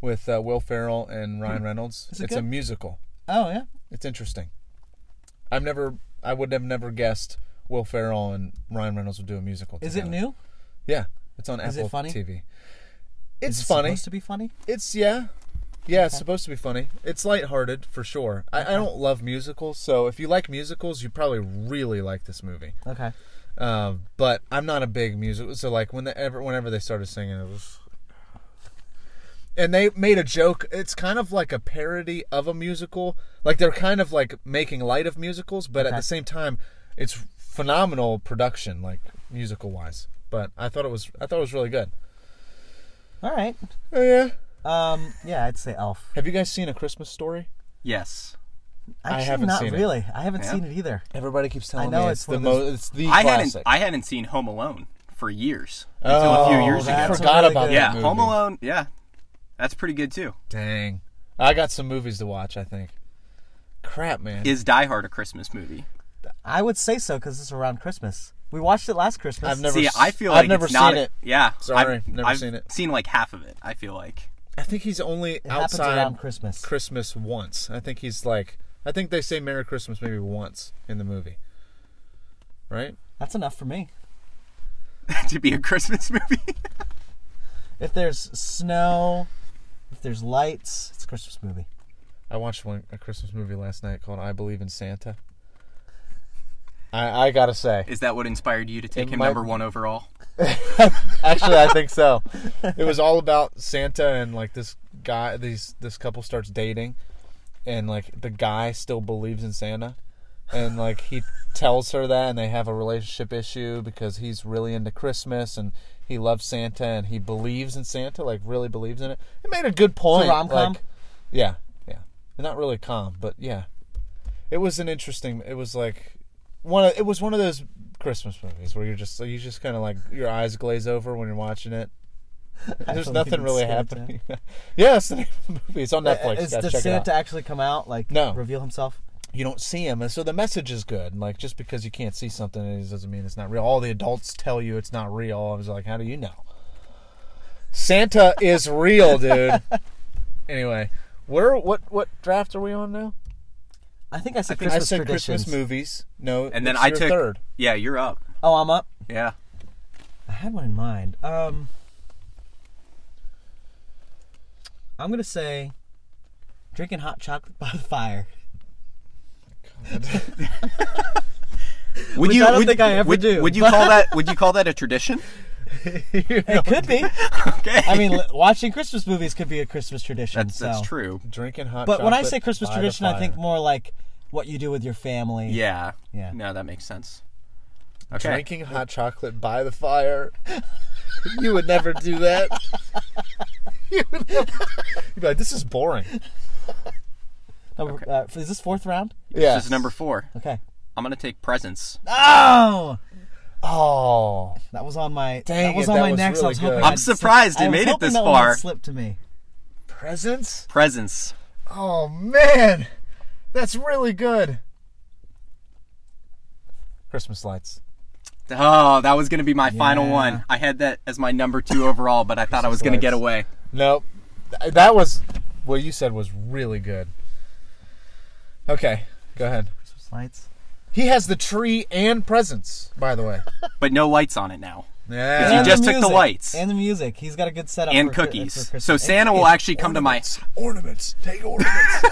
[SPEAKER 3] with uh, Will Ferrell and Ryan Reynolds.
[SPEAKER 1] Hmm. it
[SPEAKER 3] it's a
[SPEAKER 1] good?
[SPEAKER 3] musical.
[SPEAKER 1] Oh yeah,
[SPEAKER 3] It's interesting. I've never, I would have never guessed Will Ferrell and Ryan Reynolds would do a musical.
[SPEAKER 1] is it
[SPEAKER 3] together.
[SPEAKER 1] new?
[SPEAKER 3] Yeah, it's on
[SPEAKER 1] Is it
[SPEAKER 3] Apple
[SPEAKER 1] funny?
[SPEAKER 3] TV. It's
[SPEAKER 1] Is it
[SPEAKER 3] funny.
[SPEAKER 1] Supposed to be funny.
[SPEAKER 3] It's yeah, yeah. It's supposed to be funny. It's lighthearted for sure. I, I don't love musicals, so if you like musicals, you probably really like this movie.
[SPEAKER 1] Okay.
[SPEAKER 3] Um, but I'm not a big music. So like whenever whenever they started singing, it was. And they made a joke. It's kind of like a parody of a musical. Like they're kind of like making light of musicals, but at
[SPEAKER 1] Okay.
[SPEAKER 3] the same time, it's phenomenal production, like musical wise. But I thought it was I thought it was really good.
[SPEAKER 1] All right.
[SPEAKER 3] Oh, yeah.
[SPEAKER 1] Um. Yeah, I'd say Elf.
[SPEAKER 3] Have you guys seen A Christmas Story?
[SPEAKER 5] Yes.
[SPEAKER 1] Actually,
[SPEAKER 3] haven't
[SPEAKER 1] not
[SPEAKER 3] seen it.
[SPEAKER 1] really. I haven't
[SPEAKER 5] Yeah?
[SPEAKER 1] seen it either.
[SPEAKER 3] Everybody keeps
[SPEAKER 1] I
[SPEAKER 3] telling
[SPEAKER 1] know
[SPEAKER 3] me
[SPEAKER 1] it's
[SPEAKER 3] it's,
[SPEAKER 1] one
[SPEAKER 3] the
[SPEAKER 1] of
[SPEAKER 3] most.
[SPEAKER 1] those-
[SPEAKER 3] It's the
[SPEAKER 5] I hadn't.
[SPEAKER 3] classic.
[SPEAKER 5] I hadn't seen Home Alone for years
[SPEAKER 3] oh,
[SPEAKER 5] until a few years
[SPEAKER 1] that's
[SPEAKER 5] ago.
[SPEAKER 1] a
[SPEAKER 3] forgot
[SPEAKER 1] really
[SPEAKER 3] about
[SPEAKER 1] good-
[SPEAKER 5] Yeah,
[SPEAKER 3] that
[SPEAKER 5] Home
[SPEAKER 3] movie.
[SPEAKER 5] Alone. Yeah, that's pretty good too.
[SPEAKER 3] Dang. I got some movies to watch, I think. crap, man.
[SPEAKER 2] Is Die Hard a Christmas movie?
[SPEAKER 1] I would say so because it's around Christmas. We watched it last Christmas.
[SPEAKER 3] I've never
[SPEAKER 2] See,
[SPEAKER 3] s-
[SPEAKER 2] I feel
[SPEAKER 3] I've
[SPEAKER 2] like
[SPEAKER 3] never
[SPEAKER 2] it's not
[SPEAKER 3] seen
[SPEAKER 2] a-
[SPEAKER 3] it.
[SPEAKER 2] Yeah,
[SPEAKER 3] Sorry,
[SPEAKER 2] I've,
[SPEAKER 3] never
[SPEAKER 2] I've
[SPEAKER 3] seen it.
[SPEAKER 2] Seen like half of it. I feel like (laughs)
[SPEAKER 3] I think he's only
[SPEAKER 1] happens
[SPEAKER 3] outside
[SPEAKER 1] around Christmas.
[SPEAKER 3] Christmas once. I think he's like. I think they say Merry Christmas maybe once in the movie. Right?
[SPEAKER 1] That's enough for me.
[SPEAKER 2] to be a Christmas (laughs) movie.
[SPEAKER 1] If there's snow, if there's lights, it's a Christmas movie.
[SPEAKER 3] I watched one a Christmas movie last night called I Believe in Santa. I I gotta say,
[SPEAKER 2] Is that what inspired you to take
[SPEAKER 3] It
[SPEAKER 2] him
[SPEAKER 3] might-
[SPEAKER 2] number one overall?
[SPEAKER 3] actually, I think so. (laughs) It was all about Santa and like this guy. These this couple starts dating, and like the guy still believes in Santa, and like he tells her that, and they have a relationship issue because he's really into Christmas and he loves Santa and he believes in Santa, like really believes in it. It made a good point.
[SPEAKER 1] rom-com?
[SPEAKER 3] like- yeah, yeah. Not really calm, but yeah. It was an interesting. It was like one. Of, it was one of those Christmas movies where you're just you just kind of like your eyes glaze over when you're watching it. There's
[SPEAKER 1] believe
[SPEAKER 3] nothing
[SPEAKER 1] in
[SPEAKER 3] really
[SPEAKER 1] Santa.
[SPEAKER 3] happening. (laughs) yeah, it's the name of the movie. It's on Netflix.
[SPEAKER 1] Uh, Is,
[SPEAKER 3] guys,
[SPEAKER 1] does
[SPEAKER 3] check it out.
[SPEAKER 1] Santa actually come out? Like,
[SPEAKER 3] No.
[SPEAKER 1] reveal himself?
[SPEAKER 3] You don't see him, and so the message is good. Like just because you can't see something, it doesn't mean it's not real. All the adults tell you it's not real. I was like, how do you know? Santa is
[SPEAKER 1] (laughs)
[SPEAKER 3] real, dude. anyway, where what what draft are we on now?
[SPEAKER 1] I think I said
[SPEAKER 3] I
[SPEAKER 1] Christmas
[SPEAKER 3] said
[SPEAKER 1] traditions.
[SPEAKER 3] Christmas movies. No,
[SPEAKER 2] And then
[SPEAKER 3] it's
[SPEAKER 2] I
[SPEAKER 3] your
[SPEAKER 1] (laughs)
[SPEAKER 2] took
[SPEAKER 3] third.
[SPEAKER 2] Yeah, you're up.
[SPEAKER 1] Oh, I'm up.
[SPEAKER 2] Yeah.
[SPEAKER 1] I had one in mind. Um, I'm gonna say drinking hot chocolate (laughs) by the fire.
[SPEAKER 2] Would
[SPEAKER 1] Which
[SPEAKER 2] you?
[SPEAKER 1] I don't
[SPEAKER 2] would,
[SPEAKER 1] think I ever
[SPEAKER 2] would-
[SPEAKER 1] do,
[SPEAKER 2] Would you
[SPEAKER 1] but-
[SPEAKER 2] call that? Would you call that a tradition? (laughs)
[SPEAKER 1] It could
[SPEAKER 3] (laughs)
[SPEAKER 1] be.
[SPEAKER 2] Okay.
[SPEAKER 1] I mean, li- watching Christmas movies could be a Christmas tradition.
[SPEAKER 2] that's that's
[SPEAKER 1] so.
[SPEAKER 2] true.
[SPEAKER 3] Drinking hot.
[SPEAKER 1] But when I
[SPEAKER 3] chocolate
[SPEAKER 1] say Christmas
[SPEAKER 3] by the
[SPEAKER 1] tradition, I think
[SPEAKER 3] fire.
[SPEAKER 1] more like what you do with your family.
[SPEAKER 2] Yeah.
[SPEAKER 1] Yeah.
[SPEAKER 2] No, that makes sense. Okay.
[SPEAKER 3] drinking hot chocolate by the fire. (laughs) you would never do that. (laughs) you would never. You'd be like, this is boring.
[SPEAKER 1] No, uh, is this fourth round?
[SPEAKER 3] Yeah.
[SPEAKER 2] This is number four.
[SPEAKER 1] Okay.
[SPEAKER 2] I'm gonna take presents.
[SPEAKER 1] Oh,
[SPEAKER 3] Oh,
[SPEAKER 1] that was on my.
[SPEAKER 3] Dang
[SPEAKER 1] that was
[SPEAKER 3] it,
[SPEAKER 1] on
[SPEAKER 3] that
[SPEAKER 1] my
[SPEAKER 3] was
[SPEAKER 1] next. I
[SPEAKER 3] really
[SPEAKER 1] was hoping
[SPEAKER 3] good.
[SPEAKER 1] I'd
[SPEAKER 2] I'm surprised
[SPEAKER 1] slip-
[SPEAKER 2] you
[SPEAKER 1] I was
[SPEAKER 2] made it
[SPEAKER 1] hoping
[SPEAKER 2] this
[SPEAKER 1] that one would
[SPEAKER 2] far.
[SPEAKER 1] Slip to me.
[SPEAKER 3] presents.
[SPEAKER 2] Presents.
[SPEAKER 3] Oh man, that's really good. Christmas lights.
[SPEAKER 2] Oh, that was gonna be my final
[SPEAKER 1] Yeah.
[SPEAKER 2] one. I had that as my number two overall, but I thought I was gonna
[SPEAKER 3] lights.
[SPEAKER 2] get away.
[SPEAKER 3] Nope. Th- That was what you said was really good. Okay, go ahead.
[SPEAKER 1] Christmas lights.
[SPEAKER 3] He has the tree and presents, by the way.
[SPEAKER 2] But no lights on it now.
[SPEAKER 3] Yeah.
[SPEAKER 2] You
[SPEAKER 1] And
[SPEAKER 2] just
[SPEAKER 1] the
[SPEAKER 2] took the
[SPEAKER 1] music.
[SPEAKER 2] lights.
[SPEAKER 1] and the music. He's got a good setup
[SPEAKER 2] And
[SPEAKER 1] for, for
[SPEAKER 2] cookies.
[SPEAKER 1] Christmas.
[SPEAKER 2] So
[SPEAKER 1] And
[SPEAKER 2] Santa will
[SPEAKER 1] cookies.
[SPEAKER 2] actually come to my
[SPEAKER 3] ornaments. Take ornaments.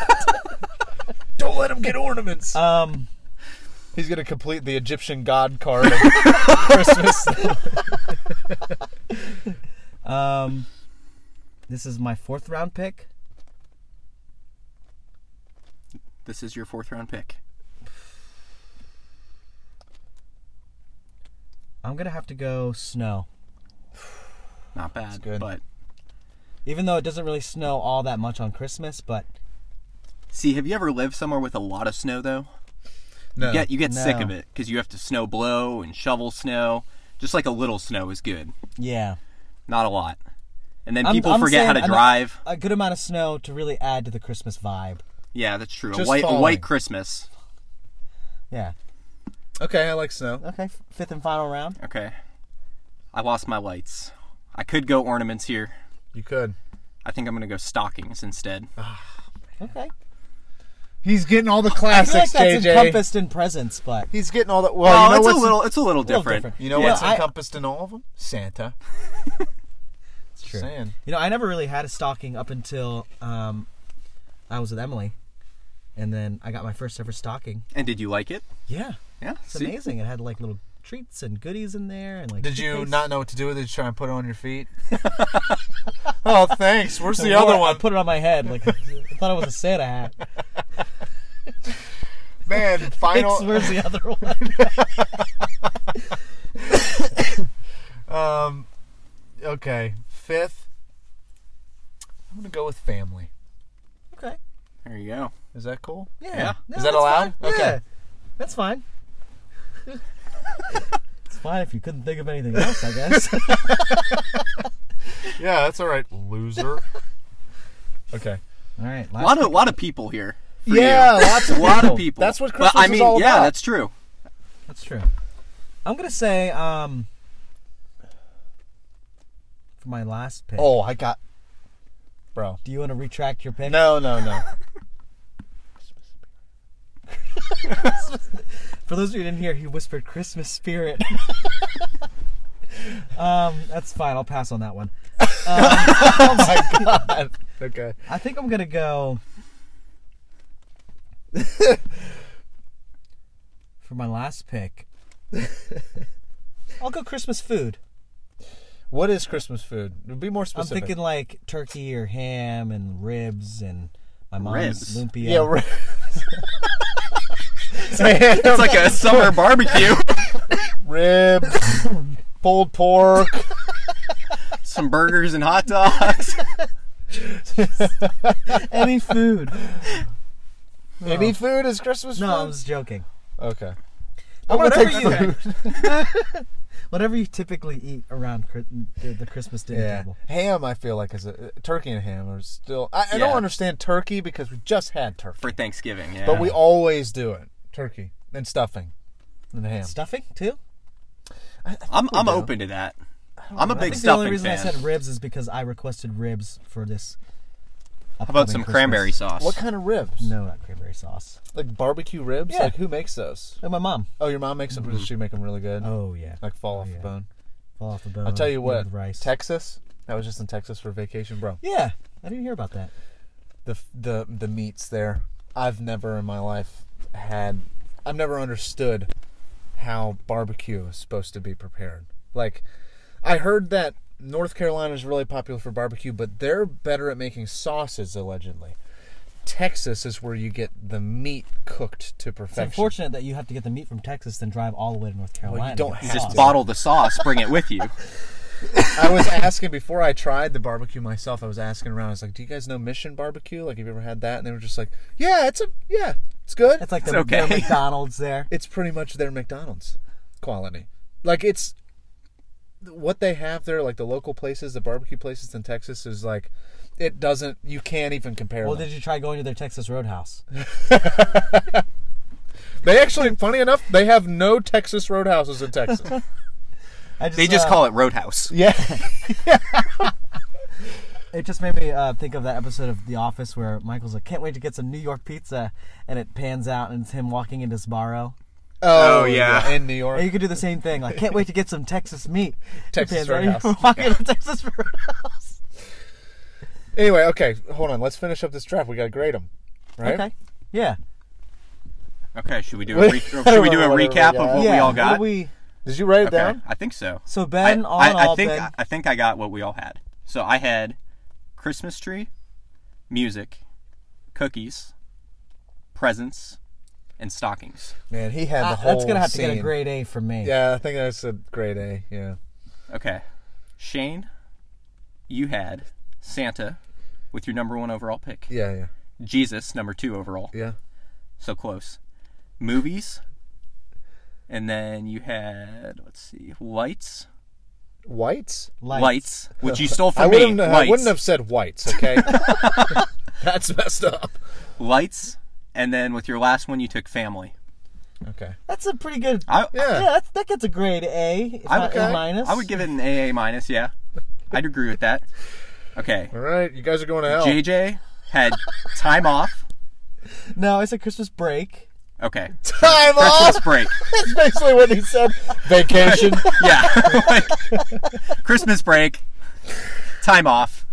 [SPEAKER 3] (laughs) Don't let him get ornaments.
[SPEAKER 1] Um,
[SPEAKER 3] Uh, He's gonna complete the Egyptian god
[SPEAKER 1] (laughs)
[SPEAKER 3] card of Christmas.
[SPEAKER 1] um, this is my fourth round pick.
[SPEAKER 2] This is your fourth round pick.
[SPEAKER 1] I'm gonna have to go snow,
[SPEAKER 2] Not bad,
[SPEAKER 3] good.
[SPEAKER 2] but
[SPEAKER 1] even though it doesn't really snow all that much on Christmas. But
[SPEAKER 2] see, have you ever lived somewhere with a lot of snow though?
[SPEAKER 3] no.
[SPEAKER 2] Yeah, you get sick of
[SPEAKER 1] No.
[SPEAKER 2] it because you have to snow blow and shovel snow. Just like a little snow is good,
[SPEAKER 1] yeah,
[SPEAKER 2] not a lot. And then
[SPEAKER 1] I'm-
[SPEAKER 2] people
[SPEAKER 1] I'm
[SPEAKER 2] forget how to
[SPEAKER 1] saying- I'm not-
[SPEAKER 2] drive.
[SPEAKER 1] a good amount of snow to really add to the Christmas vibe.
[SPEAKER 2] Yeah, that's true. A
[SPEAKER 3] Just
[SPEAKER 2] white, a
[SPEAKER 3] falling.
[SPEAKER 2] white Christmas.
[SPEAKER 1] Yeah.
[SPEAKER 3] okay, I like snow.
[SPEAKER 1] Okay. f- Fifth and final round.
[SPEAKER 2] Okay, I lost my lights. I could go ornaments here.
[SPEAKER 3] You could.
[SPEAKER 2] I think I'm gonna go stockings instead.
[SPEAKER 3] Oh,
[SPEAKER 1] Okay.
[SPEAKER 3] He's getting all the
[SPEAKER 1] I feel like
[SPEAKER 3] classics,
[SPEAKER 1] that's
[SPEAKER 3] JJ.
[SPEAKER 1] encompassed in presents, but
[SPEAKER 3] He's getting all the. Well,
[SPEAKER 2] Oh,
[SPEAKER 3] you know
[SPEAKER 2] it's
[SPEAKER 3] what's
[SPEAKER 2] a little, it's a little
[SPEAKER 1] little
[SPEAKER 2] different.
[SPEAKER 1] different.
[SPEAKER 3] You know
[SPEAKER 1] Yeah,
[SPEAKER 3] what's
[SPEAKER 1] I-
[SPEAKER 3] encompassed in all of them? Santa.
[SPEAKER 1] it's true.
[SPEAKER 3] Saying.
[SPEAKER 1] You know, I never really had a stocking up until um, I was with Emily, and then I got my first ever stocking.
[SPEAKER 2] And did you like it?
[SPEAKER 1] Yeah,
[SPEAKER 2] Yeah,
[SPEAKER 1] it's
[SPEAKER 2] see?
[SPEAKER 1] amazing. It had like little treats and goodies in there, and like.
[SPEAKER 3] Did you
[SPEAKER 1] cookies.
[SPEAKER 3] not know what to do with it? Did you try and put it on your feet? (laughs) oh, thanks. Where's the
[SPEAKER 1] I wore it-
[SPEAKER 3] other
[SPEAKER 1] I
[SPEAKER 3] one?
[SPEAKER 1] put it on my head. Like (laughs) I thought it was a Santa
[SPEAKER 3] (laughs)
[SPEAKER 1] hat.
[SPEAKER 3] Man,
[SPEAKER 1] Thanks,
[SPEAKER 3] final.
[SPEAKER 1] where's the other one?
[SPEAKER 3] (laughs) Um, okay, fifth. I'm gonna go with family.
[SPEAKER 1] okay.
[SPEAKER 2] There you go.
[SPEAKER 3] Is that cool?
[SPEAKER 1] Yeah.
[SPEAKER 2] Yeah.
[SPEAKER 1] No,
[SPEAKER 3] Is that
[SPEAKER 1] that's fine.
[SPEAKER 3] allowed? Okay.
[SPEAKER 1] Yeah. That's
[SPEAKER 3] (laughs)
[SPEAKER 1] fine. it's fine if you couldn't think of anything else, I guess.
[SPEAKER 3] (laughs) Yeah, that's all right. Loser. okay.
[SPEAKER 1] All right.
[SPEAKER 2] A
[SPEAKER 1] Last
[SPEAKER 2] lot of, lot of people here. for
[SPEAKER 3] yeah,
[SPEAKER 2] you.
[SPEAKER 3] lots of
[SPEAKER 2] a
[SPEAKER 3] people.
[SPEAKER 2] (laughs) lot of people.
[SPEAKER 3] That's what
[SPEAKER 2] But,
[SPEAKER 3] Christmas
[SPEAKER 2] I mean,
[SPEAKER 3] is all
[SPEAKER 2] yeah,
[SPEAKER 3] about.
[SPEAKER 2] that's true.
[SPEAKER 1] That's true. I'm gonna say um for my last pick.
[SPEAKER 3] Oh, I got, bro.
[SPEAKER 1] Do you want to retract your pick?
[SPEAKER 3] No, no, no.
[SPEAKER 1] For those of you who didn't hear, he whispered Christmas spirit.
[SPEAKER 3] (laughs)
[SPEAKER 1] um, that's fine. I'll pass on that
[SPEAKER 3] (laughs)
[SPEAKER 1] one. Um,
[SPEAKER 3] oh my god. (laughs) Okay.
[SPEAKER 1] I think I'm gonna
[SPEAKER 3] (laughs)
[SPEAKER 1] go for my last
[SPEAKER 3] (laughs)
[SPEAKER 1] pick. I'll go Christmas food.
[SPEAKER 3] What is Christmas food? Be more
[SPEAKER 1] I'm
[SPEAKER 3] specific.
[SPEAKER 1] thinking like turkey or ham and ribs and my mom's
[SPEAKER 2] Ribs?
[SPEAKER 1] lumpia.
[SPEAKER 3] Yeah. Right. (laughs) Man,
[SPEAKER 2] (laughs) It's like a summer
[SPEAKER 3] (laughs)
[SPEAKER 2] barbecue.
[SPEAKER 3] rib,
[SPEAKER 1] (laughs)
[SPEAKER 3] pulled pork.
[SPEAKER 2] Some burgers and hot dogs.
[SPEAKER 1] any
[SPEAKER 2] (laughs)
[SPEAKER 1] food.
[SPEAKER 3] Any food is Christmas
[SPEAKER 1] No, I
[SPEAKER 3] food.
[SPEAKER 1] was joking.
[SPEAKER 3] Okay.
[SPEAKER 1] But
[SPEAKER 3] gonna
[SPEAKER 1] whatever
[SPEAKER 3] take
[SPEAKER 1] you whatever you typically eat around Chri- the, the Christmas dinner
[SPEAKER 3] Yeah.
[SPEAKER 1] table.
[SPEAKER 3] Ham, I feel like is a, turkey and ham are still. I, I
[SPEAKER 2] Yeah.
[SPEAKER 3] don't understand turkey because we just had turkey,
[SPEAKER 2] For Thanksgiving, yeah.
[SPEAKER 3] but we always do it. Turkey and stuffing and ham.
[SPEAKER 1] Stuffing too.
[SPEAKER 2] I'm, I'm
[SPEAKER 3] do.
[SPEAKER 2] open to that. I'm a
[SPEAKER 1] I
[SPEAKER 2] big
[SPEAKER 1] think the only
[SPEAKER 2] stuffing
[SPEAKER 1] reason
[SPEAKER 2] fan.
[SPEAKER 1] I said ribs is because I requested ribs for this.
[SPEAKER 2] How about some cranberry sauce?
[SPEAKER 3] What kind of ribs?
[SPEAKER 1] No, not cranberry sauce.
[SPEAKER 3] Like barbecue ribs?
[SPEAKER 1] Yeah.
[SPEAKER 3] Like who makes those?
[SPEAKER 1] Oh, my mom.
[SPEAKER 3] Oh, your mom makes them. Does she make them really good?
[SPEAKER 1] Oh yeah.
[SPEAKER 3] Like fall off
[SPEAKER 1] yeah.
[SPEAKER 3] the bone.
[SPEAKER 1] Fall off the bone.
[SPEAKER 3] I'll tell you
[SPEAKER 1] eat
[SPEAKER 3] what.
[SPEAKER 1] with Rice.
[SPEAKER 3] Texas. I was just in Texas for vacation, bro.
[SPEAKER 1] yeah, I didn't hear about that.
[SPEAKER 3] The the the meats there. I've never in my life had. I've never understood how barbecue is supposed to be prepared. Like, I heard that North Carolina is really popular for barbecue, but they're better at making sauces allegedly. Texas is where you get the meat cooked to
[SPEAKER 1] It's
[SPEAKER 3] perfection.
[SPEAKER 1] unfortunate that you have to get the meat from Texas, then drive all the way to North Carolina. to
[SPEAKER 3] don't
[SPEAKER 1] get
[SPEAKER 3] have
[SPEAKER 1] the
[SPEAKER 3] to.
[SPEAKER 1] sauce.
[SPEAKER 2] Just bottle the sauce, bring
[SPEAKER 1] (laughs)
[SPEAKER 2] it with you.
[SPEAKER 3] I was asking before I tried the barbecue myself. I was asking around. I was like, "Do you guys know Mission Barbecue? Like, have you ever had that?" And they were just like, "Yeah, it's a yeah, it's good.
[SPEAKER 1] It's
[SPEAKER 3] It's,
[SPEAKER 1] like the,
[SPEAKER 2] It's okay.
[SPEAKER 1] the McDonald's there.
[SPEAKER 3] pretty much their McDonald's quality. Like, it's what they have there. Like the local places, the barbecue places in Texas is like, it doesn't. You can't even compare.
[SPEAKER 1] Well,
[SPEAKER 3] them.
[SPEAKER 1] did you try going to their Texas Roadhouse?
[SPEAKER 3] they actually, funny enough, they have no Texas roadhouses in Texas.
[SPEAKER 1] I
[SPEAKER 2] They just
[SPEAKER 1] uh,
[SPEAKER 2] call it Roadhouse.
[SPEAKER 3] yeah,
[SPEAKER 1] It just made me uh, think of that episode of The Office where Michael's like, "Can't wait to get some New York pizza," and it pans out and it's him walking into Sbarro.
[SPEAKER 3] oh,
[SPEAKER 2] yeah.
[SPEAKER 3] in New
[SPEAKER 1] Or you
[SPEAKER 3] York.
[SPEAKER 1] could do the same thing, like, "Can't wait to get some Texas meat." It
[SPEAKER 3] Texas
[SPEAKER 1] pans out, you're
[SPEAKER 3] Roadhouse.
[SPEAKER 1] Walking into Texas Roadhouse.
[SPEAKER 3] Anyway, okay, hold on. Let's finish up this draft. We gotta grade them, right?
[SPEAKER 1] Okay. Yeah.
[SPEAKER 2] Okay, should we do
[SPEAKER 1] (laughs)
[SPEAKER 2] a, re- should we do a
[SPEAKER 3] Whatever we
[SPEAKER 2] recap
[SPEAKER 3] got.
[SPEAKER 2] of what
[SPEAKER 1] yeah.
[SPEAKER 2] we all
[SPEAKER 1] what
[SPEAKER 2] got?
[SPEAKER 1] do we- uh,
[SPEAKER 3] Did you write it
[SPEAKER 2] okay,
[SPEAKER 3] down?
[SPEAKER 2] I think so.
[SPEAKER 1] So Ben,
[SPEAKER 2] I,
[SPEAKER 1] all
[SPEAKER 2] I-
[SPEAKER 1] in
[SPEAKER 2] I
[SPEAKER 1] all,
[SPEAKER 2] think
[SPEAKER 1] Ben.
[SPEAKER 2] I think I got what we all had. So I had Christmas tree, music, cookies, presents, and stockings.
[SPEAKER 3] Man, he had the
[SPEAKER 1] Ah,
[SPEAKER 3] whole.
[SPEAKER 1] that's gonna have to get a
[SPEAKER 3] scene.
[SPEAKER 1] grade A from me.
[SPEAKER 3] Yeah, I think that's a grade A. Yeah.
[SPEAKER 2] Okay, Shane, you had Santa with your number one overall pick.
[SPEAKER 3] Yeah, yeah,
[SPEAKER 2] Jesus, number two overall.
[SPEAKER 3] yeah.
[SPEAKER 2] So close. Movies. And then you had let's see, lights,
[SPEAKER 3] Whites.
[SPEAKER 1] Lights.
[SPEAKER 2] lights, which you stole
[SPEAKER 3] (laughs) I
[SPEAKER 2] from me.
[SPEAKER 3] wouldn't. I
[SPEAKER 2] Lights.
[SPEAKER 3] wouldn't have said whites.
[SPEAKER 1] (laughs)
[SPEAKER 3] Okay. that's messed up.
[SPEAKER 2] lights, and then with your last one, you took family.
[SPEAKER 3] Okay.
[SPEAKER 1] That's a pretty good.
[SPEAKER 2] I,
[SPEAKER 1] yeah,
[SPEAKER 3] Yeah.
[SPEAKER 1] that's, that gets a grade A. If
[SPEAKER 2] I
[SPEAKER 1] not
[SPEAKER 2] would-
[SPEAKER 1] A minus.
[SPEAKER 2] I would give it an AA minus. Yeah, I'd agree with that. Okay,
[SPEAKER 3] All right, you guys are going to hell.
[SPEAKER 2] JJ had time off.
[SPEAKER 1] No, I said Christmas break.
[SPEAKER 2] Okay,
[SPEAKER 3] (laughs) Time
[SPEAKER 2] Christmas
[SPEAKER 3] off. (laughs)
[SPEAKER 2] break.
[SPEAKER 3] That's (laughs) basically what he said. (laughs) Vacation.
[SPEAKER 2] Yeah, (laughs) Christmas break, time off.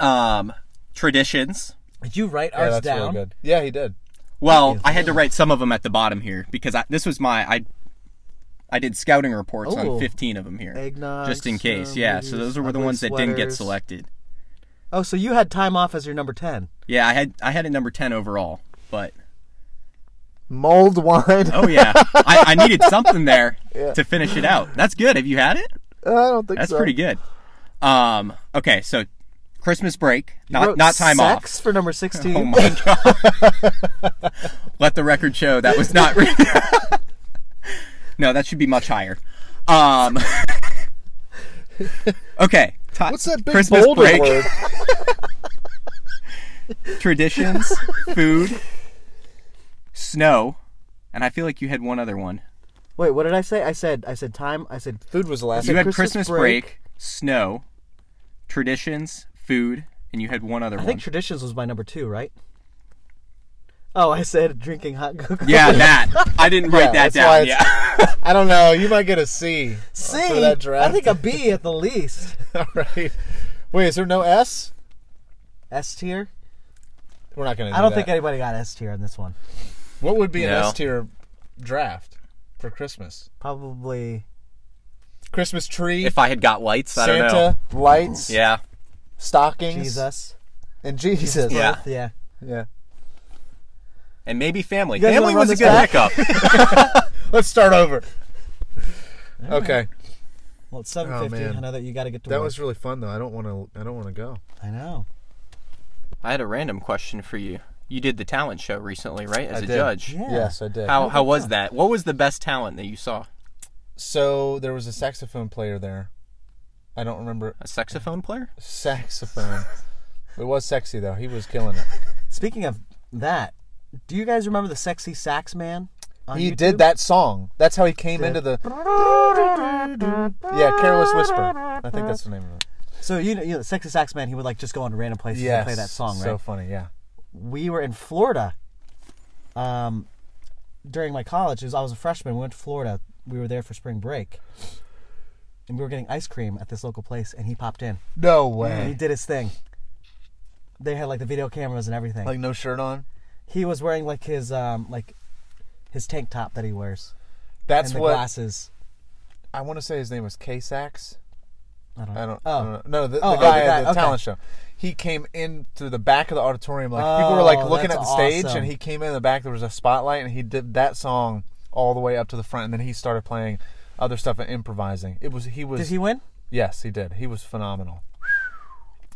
[SPEAKER 2] Um, traditions.
[SPEAKER 1] Did you write
[SPEAKER 3] yeah,
[SPEAKER 1] ours
[SPEAKER 3] that's really
[SPEAKER 1] down?
[SPEAKER 3] good. Yeah, he did.
[SPEAKER 2] Well, I had to write some of them at the bottom here because I, this was my I. I did scouting reports
[SPEAKER 1] Ooh.
[SPEAKER 2] on 15 of them here,
[SPEAKER 1] Oh. Eggnog,
[SPEAKER 2] just in case.
[SPEAKER 1] some
[SPEAKER 2] Yeah, so
[SPEAKER 1] movies,
[SPEAKER 2] those were the
[SPEAKER 1] ugly
[SPEAKER 2] ones that didn't get
[SPEAKER 1] sweaters.
[SPEAKER 2] selected.
[SPEAKER 1] Oh, so you had time off as your number ten.
[SPEAKER 2] Yeah, I had I had it number 10 overall, but
[SPEAKER 3] Mold wine.
[SPEAKER 2] Oh yeah, (laughs) I, I needed something there to finish it out. That's good. Have you had it?
[SPEAKER 3] I
[SPEAKER 1] Uh,
[SPEAKER 3] don't think
[SPEAKER 2] That's
[SPEAKER 3] so.
[SPEAKER 2] pretty good. Um, okay, so Christmas break,
[SPEAKER 1] You
[SPEAKER 2] not
[SPEAKER 1] wrote
[SPEAKER 2] not time
[SPEAKER 1] sex
[SPEAKER 2] off.
[SPEAKER 1] for number sixteen.
[SPEAKER 2] (laughs) Oh
[SPEAKER 5] (laughs)
[SPEAKER 2] my god! Let the record show that was
[SPEAKER 5] (laughs)
[SPEAKER 2] not. Re- no, that should be much higher.
[SPEAKER 5] (laughs)
[SPEAKER 2] Um, okay. ti-
[SPEAKER 3] What's that big
[SPEAKER 2] Christmas
[SPEAKER 1] (laughs)
[SPEAKER 3] boulder
[SPEAKER 2] break?
[SPEAKER 3] word?
[SPEAKER 5] traditions,
[SPEAKER 3] (laughs)
[SPEAKER 5] food, snow, and I feel like you had one other one.
[SPEAKER 1] Wait, what did I say? I said I said time. I said
[SPEAKER 3] Food was the last.
[SPEAKER 5] you
[SPEAKER 1] said
[SPEAKER 5] had
[SPEAKER 1] Christmas
[SPEAKER 5] Christmas,
[SPEAKER 1] break.
[SPEAKER 5] break. snow, traditions, food, and you had one other
[SPEAKER 1] I
[SPEAKER 5] one.
[SPEAKER 1] think traditions was my number two, right? Oh, I said drinking hot cocoa. (laughs)
[SPEAKER 5] yeah, that. I didn't write
[SPEAKER 3] Yeah,
[SPEAKER 5] that
[SPEAKER 3] that's why
[SPEAKER 5] down.
[SPEAKER 3] it's-
[SPEAKER 5] Yeah.
[SPEAKER 3] I don't know. You might get a C. (laughs)
[SPEAKER 1] C.
[SPEAKER 3] for that
[SPEAKER 1] I
[SPEAKER 3] draft.
[SPEAKER 1] think a B at the least.
[SPEAKER 3] All right. Wait, is there no S?
[SPEAKER 1] S tier.
[SPEAKER 3] We're not gonna. Do
[SPEAKER 1] I don't
[SPEAKER 3] that.
[SPEAKER 1] think anybody got S tier on this one.
[SPEAKER 3] What would be an
[SPEAKER 2] No.
[SPEAKER 3] S tier draft for Christmas?
[SPEAKER 1] Probably.
[SPEAKER 3] Christmas tree,
[SPEAKER 5] if I had got lights, I don't know.
[SPEAKER 3] Santa, lights,
[SPEAKER 5] Yeah.
[SPEAKER 3] stockings,
[SPEAKER 1] Jesus. (laughs)
[SPEAKER 3] and Jesus.
[SPEAKER 5] Yeah.
[SPEAKER 1] Earth, yeah.
[SPEAKER 3] Yeah.
[SPEAKER 5] And maybe family.
[SPEAKER 1] guys
[SPEAKER 5] Family
[SPEAKER 1] wanna
[SPEAKER 5] was a
[SPEAKER 1] run
[SPEAKER 5] good
[SPEAKER 1] this
[SPEAKER 5] backup.
[SPEAKER 3] (laughs) Let's start over. Okay.
[SPEAKER 1] Well, it's seven fifty.
[SPEAKER 3] Oh, man.
[SPEAKER 1] I know that you got to get to
[SPEAKER 3] That
[SPEAKER 1] work.
[SPEAKER 3] was really fun though. I don't want to. I don't want to go.
[SPEAKER 1] I know.
[SPEAKER 5] I had a random question for you. You did the talent show recently, right? As
[SPEAKER 3] I
[SPEAKER 5] a
[SPEAKER 3] did.
[SPEAKER 5] judge.
[SPEAKER 1] Yeah.
[SPEAKER 3] Yes, I did.
[SPEAKER 5] How how was that? What was the best talent that you saw?
[SPEAKER 3] So there was a saxophone player there. I don't remember
[SPEAKER 5] A saxophone player? (laughs)
[SPEAKER 3] Uh, saxophone. it was sexy though. He was killing it.
[SPEAKER 1] Speaking of that, do you guys remember the sexy sax man? On
[SPEAKER 3] He
[SPEAKER 1] YouTube?
[SPEAKER 3] did that song. That's how he came
[SPEAKER 1] (laughs)
[SPEAKER 3] into the. Yeah, Careless Whisper. I think that's the name of it.
[SPEAKER 1] So you know, you know, the sexy sax man. He would like just go on random places
[SPEAKER 3] Yeah,
[SPEAKER 1] and play that song, right?
[SPEAKER 3] So funny. Yeah.
[SPEAKER 1] we were in Florida um, during my college. It was, I was a freshman. We went to Florida. We were there for spring break. And we were getting ice cream at this local place, and he popped in.
[SPEAKER 3] No
[SPEAKER 1] And
[SPEAKER 3] way.
[SPEAKER 1] he did his thing. They had like the video cameras and everything.
[SPEAKER 3] Like no shirt on.
[SPEAKER 1] he was wearing like his um like his tank top that he wears and
[SPEAKER 3] That's
[SPEAKER 1] the
[SPEAKER 3] what
[SPEAKER 1] glasses.
[SPEAKER 3] I want to say. His name was K Sax.
[SPEAKER 1] I don't.
[SPEAKER 3] I don't.
[SPEAKER 1] Oh.
[SPEAKER 3] I don't know. No, the,
[SPEAKER 1] Oh,
[SPEAKER 3] the
[SPEAKER 1] oh,
[SPEAKER 3] guy
[SPEAKER 1] the guy,
[SPEAKER 3] at the
[SPEAKER 1] okay.
[SPEAKER 3] talent show. He came in through the back of the auditorium. Like people were like
[SPEAKER 1] Oh,
[SPEAKER 3] looking at
[SPEAKER 1] that's
[SPEAKER 3] the stage,
[SPEAKER 1] awesome.
[SPEAKER 3] and he came in the back. There was a spotlight, and he did that song all the way up to the front, and then he started playing other stuff and improvising. It was he was.
[SPEAKER 1] Did he win?
[SPEAKER 3] Yes, he did. He was phenomenal.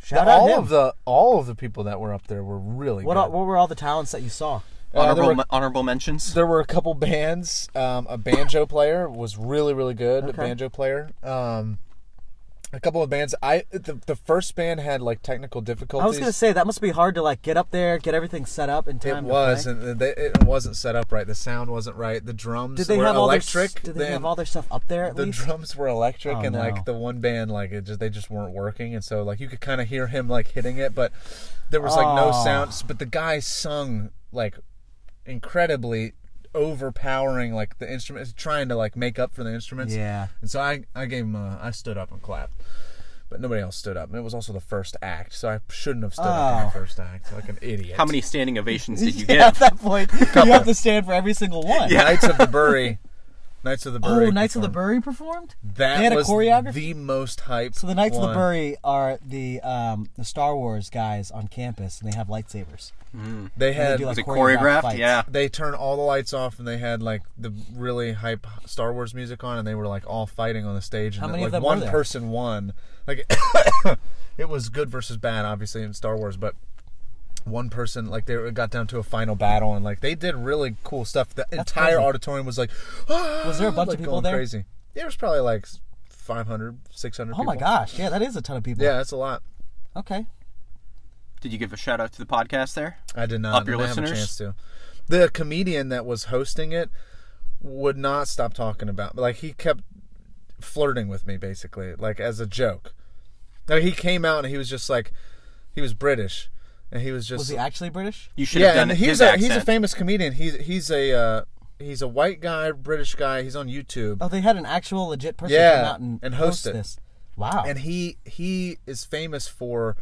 [SPEAKER 1] Shout out
[SPEAKER 3] all
[SPEAKER 1] him.
[SPEAKER 3] of the all of the people that were up there were really
[SPEAKER 1] what,
[SPEAKER 3] good.
[SPEAKER 1] all- what were all the talents that you saw?
[SPEAKER 3] Uh, there,
[SPEAKER 5] honorable
[SPEAKER 3] were,
[SPEAKER 5] me- honorable mentions.
[SPEAKER 3] there were a couple bands. Um, a banjo player was really really good. A banjo player. Um, a couple of bands. I the, the first band had like technical difficulties.
[SPEAKER 1] I was gonna say that must be hard to like get up there, get everything set up in time.
[SPEAKER 3] It
[SPEAKER 1] to
[SPEAKER 3] was,
[SPEAKER 1] play.
[SPEAKER 3] and they, it wasn't set up right. The sound wasn't right. The drums
[SPEAKER 1] Did they
[SPEAKER 3] were
[SPEAKER 1] have all
[SPEAKER 3] electric.
[SPEAKER 1] Their, did they
[SPEAKER 3] then
[SPEAKER 1] have all their stuff up there at
[SPEAKER 3] the
[SPEAKER 1] least?
[SPEAKER 3] drums were electric,
[SPEAKER 1] Oh,
[SPEAKER 3] and
[SPEAKER 1] no.
[SPEAKER 3] like the one band, like it just they just weren't working, and so like you could kind of hear him like hitting it, but there was like no
[SPEAKER 1] Aw.
[SPEAKER 3] sounds. But the guy sung like incredibly overpowering like the instruments trying to like make up for the instruments
[SPEAKER 1] Yeah.
[SPEAKER 3] and so i i gave him a, i stood up and clapped but nobody else stood up and it was also the first act so i shouldn't have stood up in the
[SPEAKER 1] Oh.
[SPEAKER 3] first act like an idiot
[SPEAKER 5] How many standing ovations did you
[SPEAKER 1] yeah,
[SPEAKER 5] get?
[SPEAKER 1] (laughs) at that point, you have to stand for every single one.
[SPEAKER 3] (laughs) Knights of
[SPEAKER 1] (laughs)
[SPEAKER 3] the Bury. Knights of the Bury.
[SPEAKER 1] Oh, Knights of the Bury
[SPEAKER 3] performed.
[SPEAKER 1] performed.
[SPEAKER 3] That
[SPEAKER 1] They had a
[SPEAKER 3] was
[SPEAKER 1] choreography?
[SPEAKER 3] the most hype.
[SPEAKER 1] So the Knights of the Bury are the um, the Star Wars guys on campus, and they have lightsabers.
[SPEAKER 3] They had.
[SPEAKER 1] do,
[SPEAKER 3] They,
[SPEAKER 1] like-
[SPEAKER 5] Was it choreographed?
[SPEAKER 1] choreographed fights.
[SPEAKER 5] Yeah.
[SPEAKER 3] turned all the lights off, and they had like the really hype Star Wars music on, and they were like all fighting on the stage. And
[SPEAKER 1] How many
[SPEAKER 3] like
[SPEAKER 1] of them were
[SPEAKER 3] one
[SPEAKER 1] there?
[SPEAKER 3] person won. Like (coughs) it was good versus bad, obviously in Star Wars, but. One person, like they got down to a final battle, and like they did really cool stuff. The entire
[SPEAKER 1] crazy.
[SPEAKER 3] auditorium was like, (gasps) was
[SPEAKER 1] there a bunch of people
[SPEAKER 3] going
[SPEAKER 1] there?
[SPEAKER 3] Crazy. There was probably like 500, 600
[SPEAKER 1] Oh my
[SPEAKER 3] people.
[SPEAKER 1] gosh, yeah, that is a ton of people.
[SPEAKER 3] Yeah, that's a lot.
[SPEAKER 1] Okay.
[SPEAKER 5] Did you give a shout out to the podcast there?
[SPEAKER 3] I did not
[SPEAKER 5] Up your
[SPEAKER 3] I didn't have a
[SPEAKER 5] listeners?
[SPEAKER 3] chance to. The comedian that was hosting it would not stop talking about like he kept flirting with me basically, like as a joke. Like he came out and he was just like he was British and he was just
[SPEAKER 1] Was he actually British?
[SPEAKER 5] You should
[SPEAKER 3] yeah,
[SPEAKER 5] have done
[SPEAKER 3] and
[SPEAKER 5] it.
[SPEAKER 3] he's
[SPEAKER 5] his
[SPEAKER 3] a
[SPEAKER 5] accent.
[SPEAKER 3] he's a famous comedian. He's he's a uh, he's a white guy, British guy. He's on YouTube.
[SPEAKER 1] Oh, they had an actual legit person
[SPEAKER 3] Yeah,
[SPEAKER 1] come out and,
[SPEAKER 3] and host it.
[SPEAKER 1] this. Wow.
[SPEAKER 3] and he he is famous for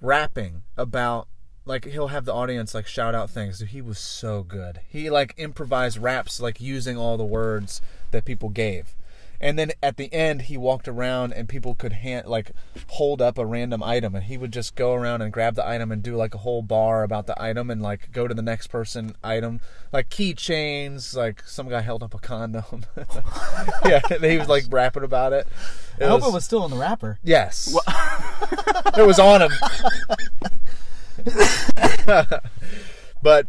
[SPEAKER 3] rapping about like he'll have the audience like shout out things he was so good he like improvised raps like using all the words that people gave and then at the end he walked around and people could hand like hold up a random item and he would just go around and grab the item and do like a whole bar about the item and like go to the next person item like keychains like some guy held up a condom (laughs) yeah (laughs) and he was like rapping about it, It
[SPEAKER 1] I hope
[SPEAKER 3] was-
[SPEAKER 1] it was still in the wrapper.
[SPEAKER 3] Yes. (laughs) it was on him. but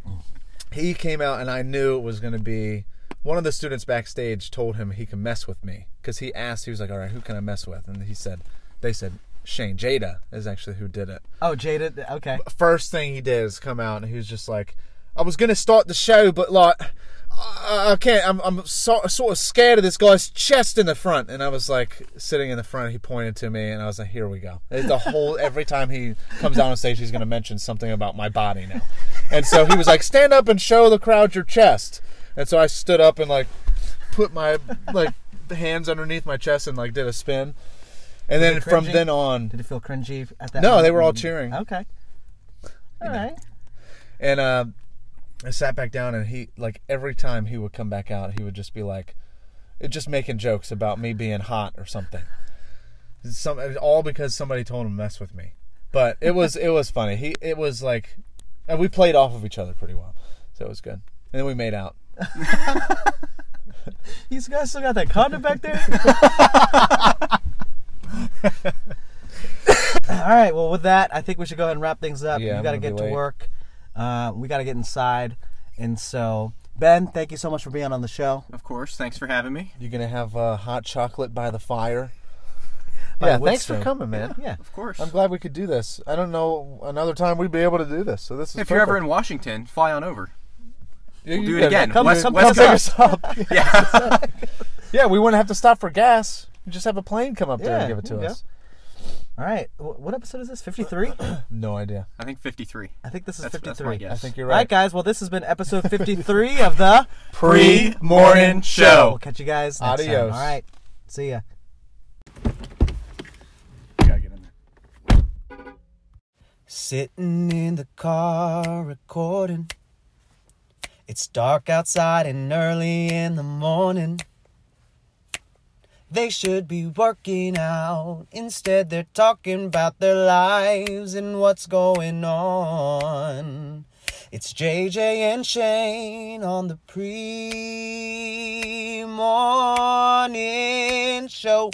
[SPEAKER 3] he came out, and I knew it was going to be. One of the students backstage told him he could mess with me because he asked, he was like, All right, who can I mess with? And he said, They said, Shane Jada is actually who did it.
[SPEAKER 1] Oh, Jada. Okay.
[SPEAKER 3] First thing he did is come out and he was just like, "I was gonna start the show, but like, I, I can't. I'm I'm so, sort of scared of this guy's chest in the front." And I was like sitting in the front. He pointed to me and I was like, "Here we go." It's The whole (laughs) every time he comes out on stage, he's gonna mention something about my body now. And so he was like, "Stand up and show the crowd your chest." And so I stood up and like put my like (laughs) hands underneath my chest and like did a spin. And then
[SPEAKER 1] it
[SPEAKER 3] from
[SPEAKER 1] cringy?
[SPEAKER 3] then on,
[SPEAKER 1] Did it feel cringy at that?
[SPEAKER 3] no, they
[SPEAKER 1] moment?
[SPEAKER 3] were all cheering.
[SPEAKER 1] Okay. All right.
[SPEAKER 3] And uh, I sat back down, and he like every time he would come back out, he would just be like, it- just making jokes about me being hot or something. Some it was all because somebody told him to mess with me. But it was it was funny. He it was like, and we played off of each other pretty well, so it was good. And then we made out.
[SPEAKER 1] You guys still got that condom back
[SPEAKER 3] (laughs)
[SPEAKER 1] there? (laughs) All right. Well, with that, I think we should go ahead and wrap things up.
[SPEAKER 3] Yeah,
[SPEAKER 1] you
[SPEAKER 3] I'm
[SPEAKER 1] got to
[SPEAKER 3] gonna be
[SPEAKER 1] get to
[SPEAKER 3] late.
[SPEAKER 1] work. Uh, we got to get inside. And so, Ben, thank you so much for being on the show.
[SPEAKER 5] Of course. Thanks for having me.
[SPEAKER 3] You're gonna have uh, hot chocolate by the fire.
[SPEAKER 1] By
[SPEAKER 3] yeah,
[SPEAKER 1] the
[SPEAKER 3] thanks for
[SPEAKER 1] Woodstone.
[SPEAKER 3] coming, man.
[SPEAKER 1] Yeah.
[SPEAKER 5] Of course.
[SPEAKER 3] I'm glad we could do this. I don't know another time we'd be able to do this. So this is
[SPEAKER 5] if you're ever
[SPEAKER 3] perfect.
[SPEAKER 5] in Washington, fly on over.
[SPEAKER 3] Yeah,
[SPEAKER 5] do
[SPEAKER 3] you
[SPEAKER 5] it
[SPEAKER 3] gotta
[SPEAKER 5] again. (laughs)
[SPEAKER 3] Come,
[SPEAKER 5] West-
[SPEAKER 3] come
[SPEAKER 5] West
[SPEAKER 3] pick (laughs)
[SPEAKER 5] Coast.
[SPEAKER 3] us up. Yeah.
[SPEAKER 5] (laughs)
[SPEAKER 3] yeah, we wouldn't have to stop for gas. You just have a plane come up there
[SPEAKER 1] Yeah,
[SPEAKER 3] and give it
[SPEAKER 1] there
[SPEAKER 3] to
[SPEAKER 1] you
[SPEAKER 3] us.
[SPEAKER 1] All right. Wh- What episode is this? 53?
[SPEAKER 3] No idea.
[SPEAKER 5] I think 53.
[SPEAKER 1] I think this is
[SPEAKER 5] That's,
[SPEAKER 1] 53.
[SPEAKER 5] that's my guess.
[SPEAKER 3] I think you're
[SPEAKER 1] All right,
[SPEAKER 3] right.
[SPEAKER 1] guys. Well, this has been episode 53 of
[SPEAKER 3] (laughs)
[SPEAKER 1] the
[SPEAKER 5] Pre-morning show.
[SPEAKER 1] We'll catch you guys next time.
[SPEAKER 3] Adios.
[SPEAKER 1] All right. See ya. Sitting in the car recording. It's dark outside and early in the morning. They should be working out. Instead, they're talking about their lives and what's going on. It's JJ and Shane on the pre morning show.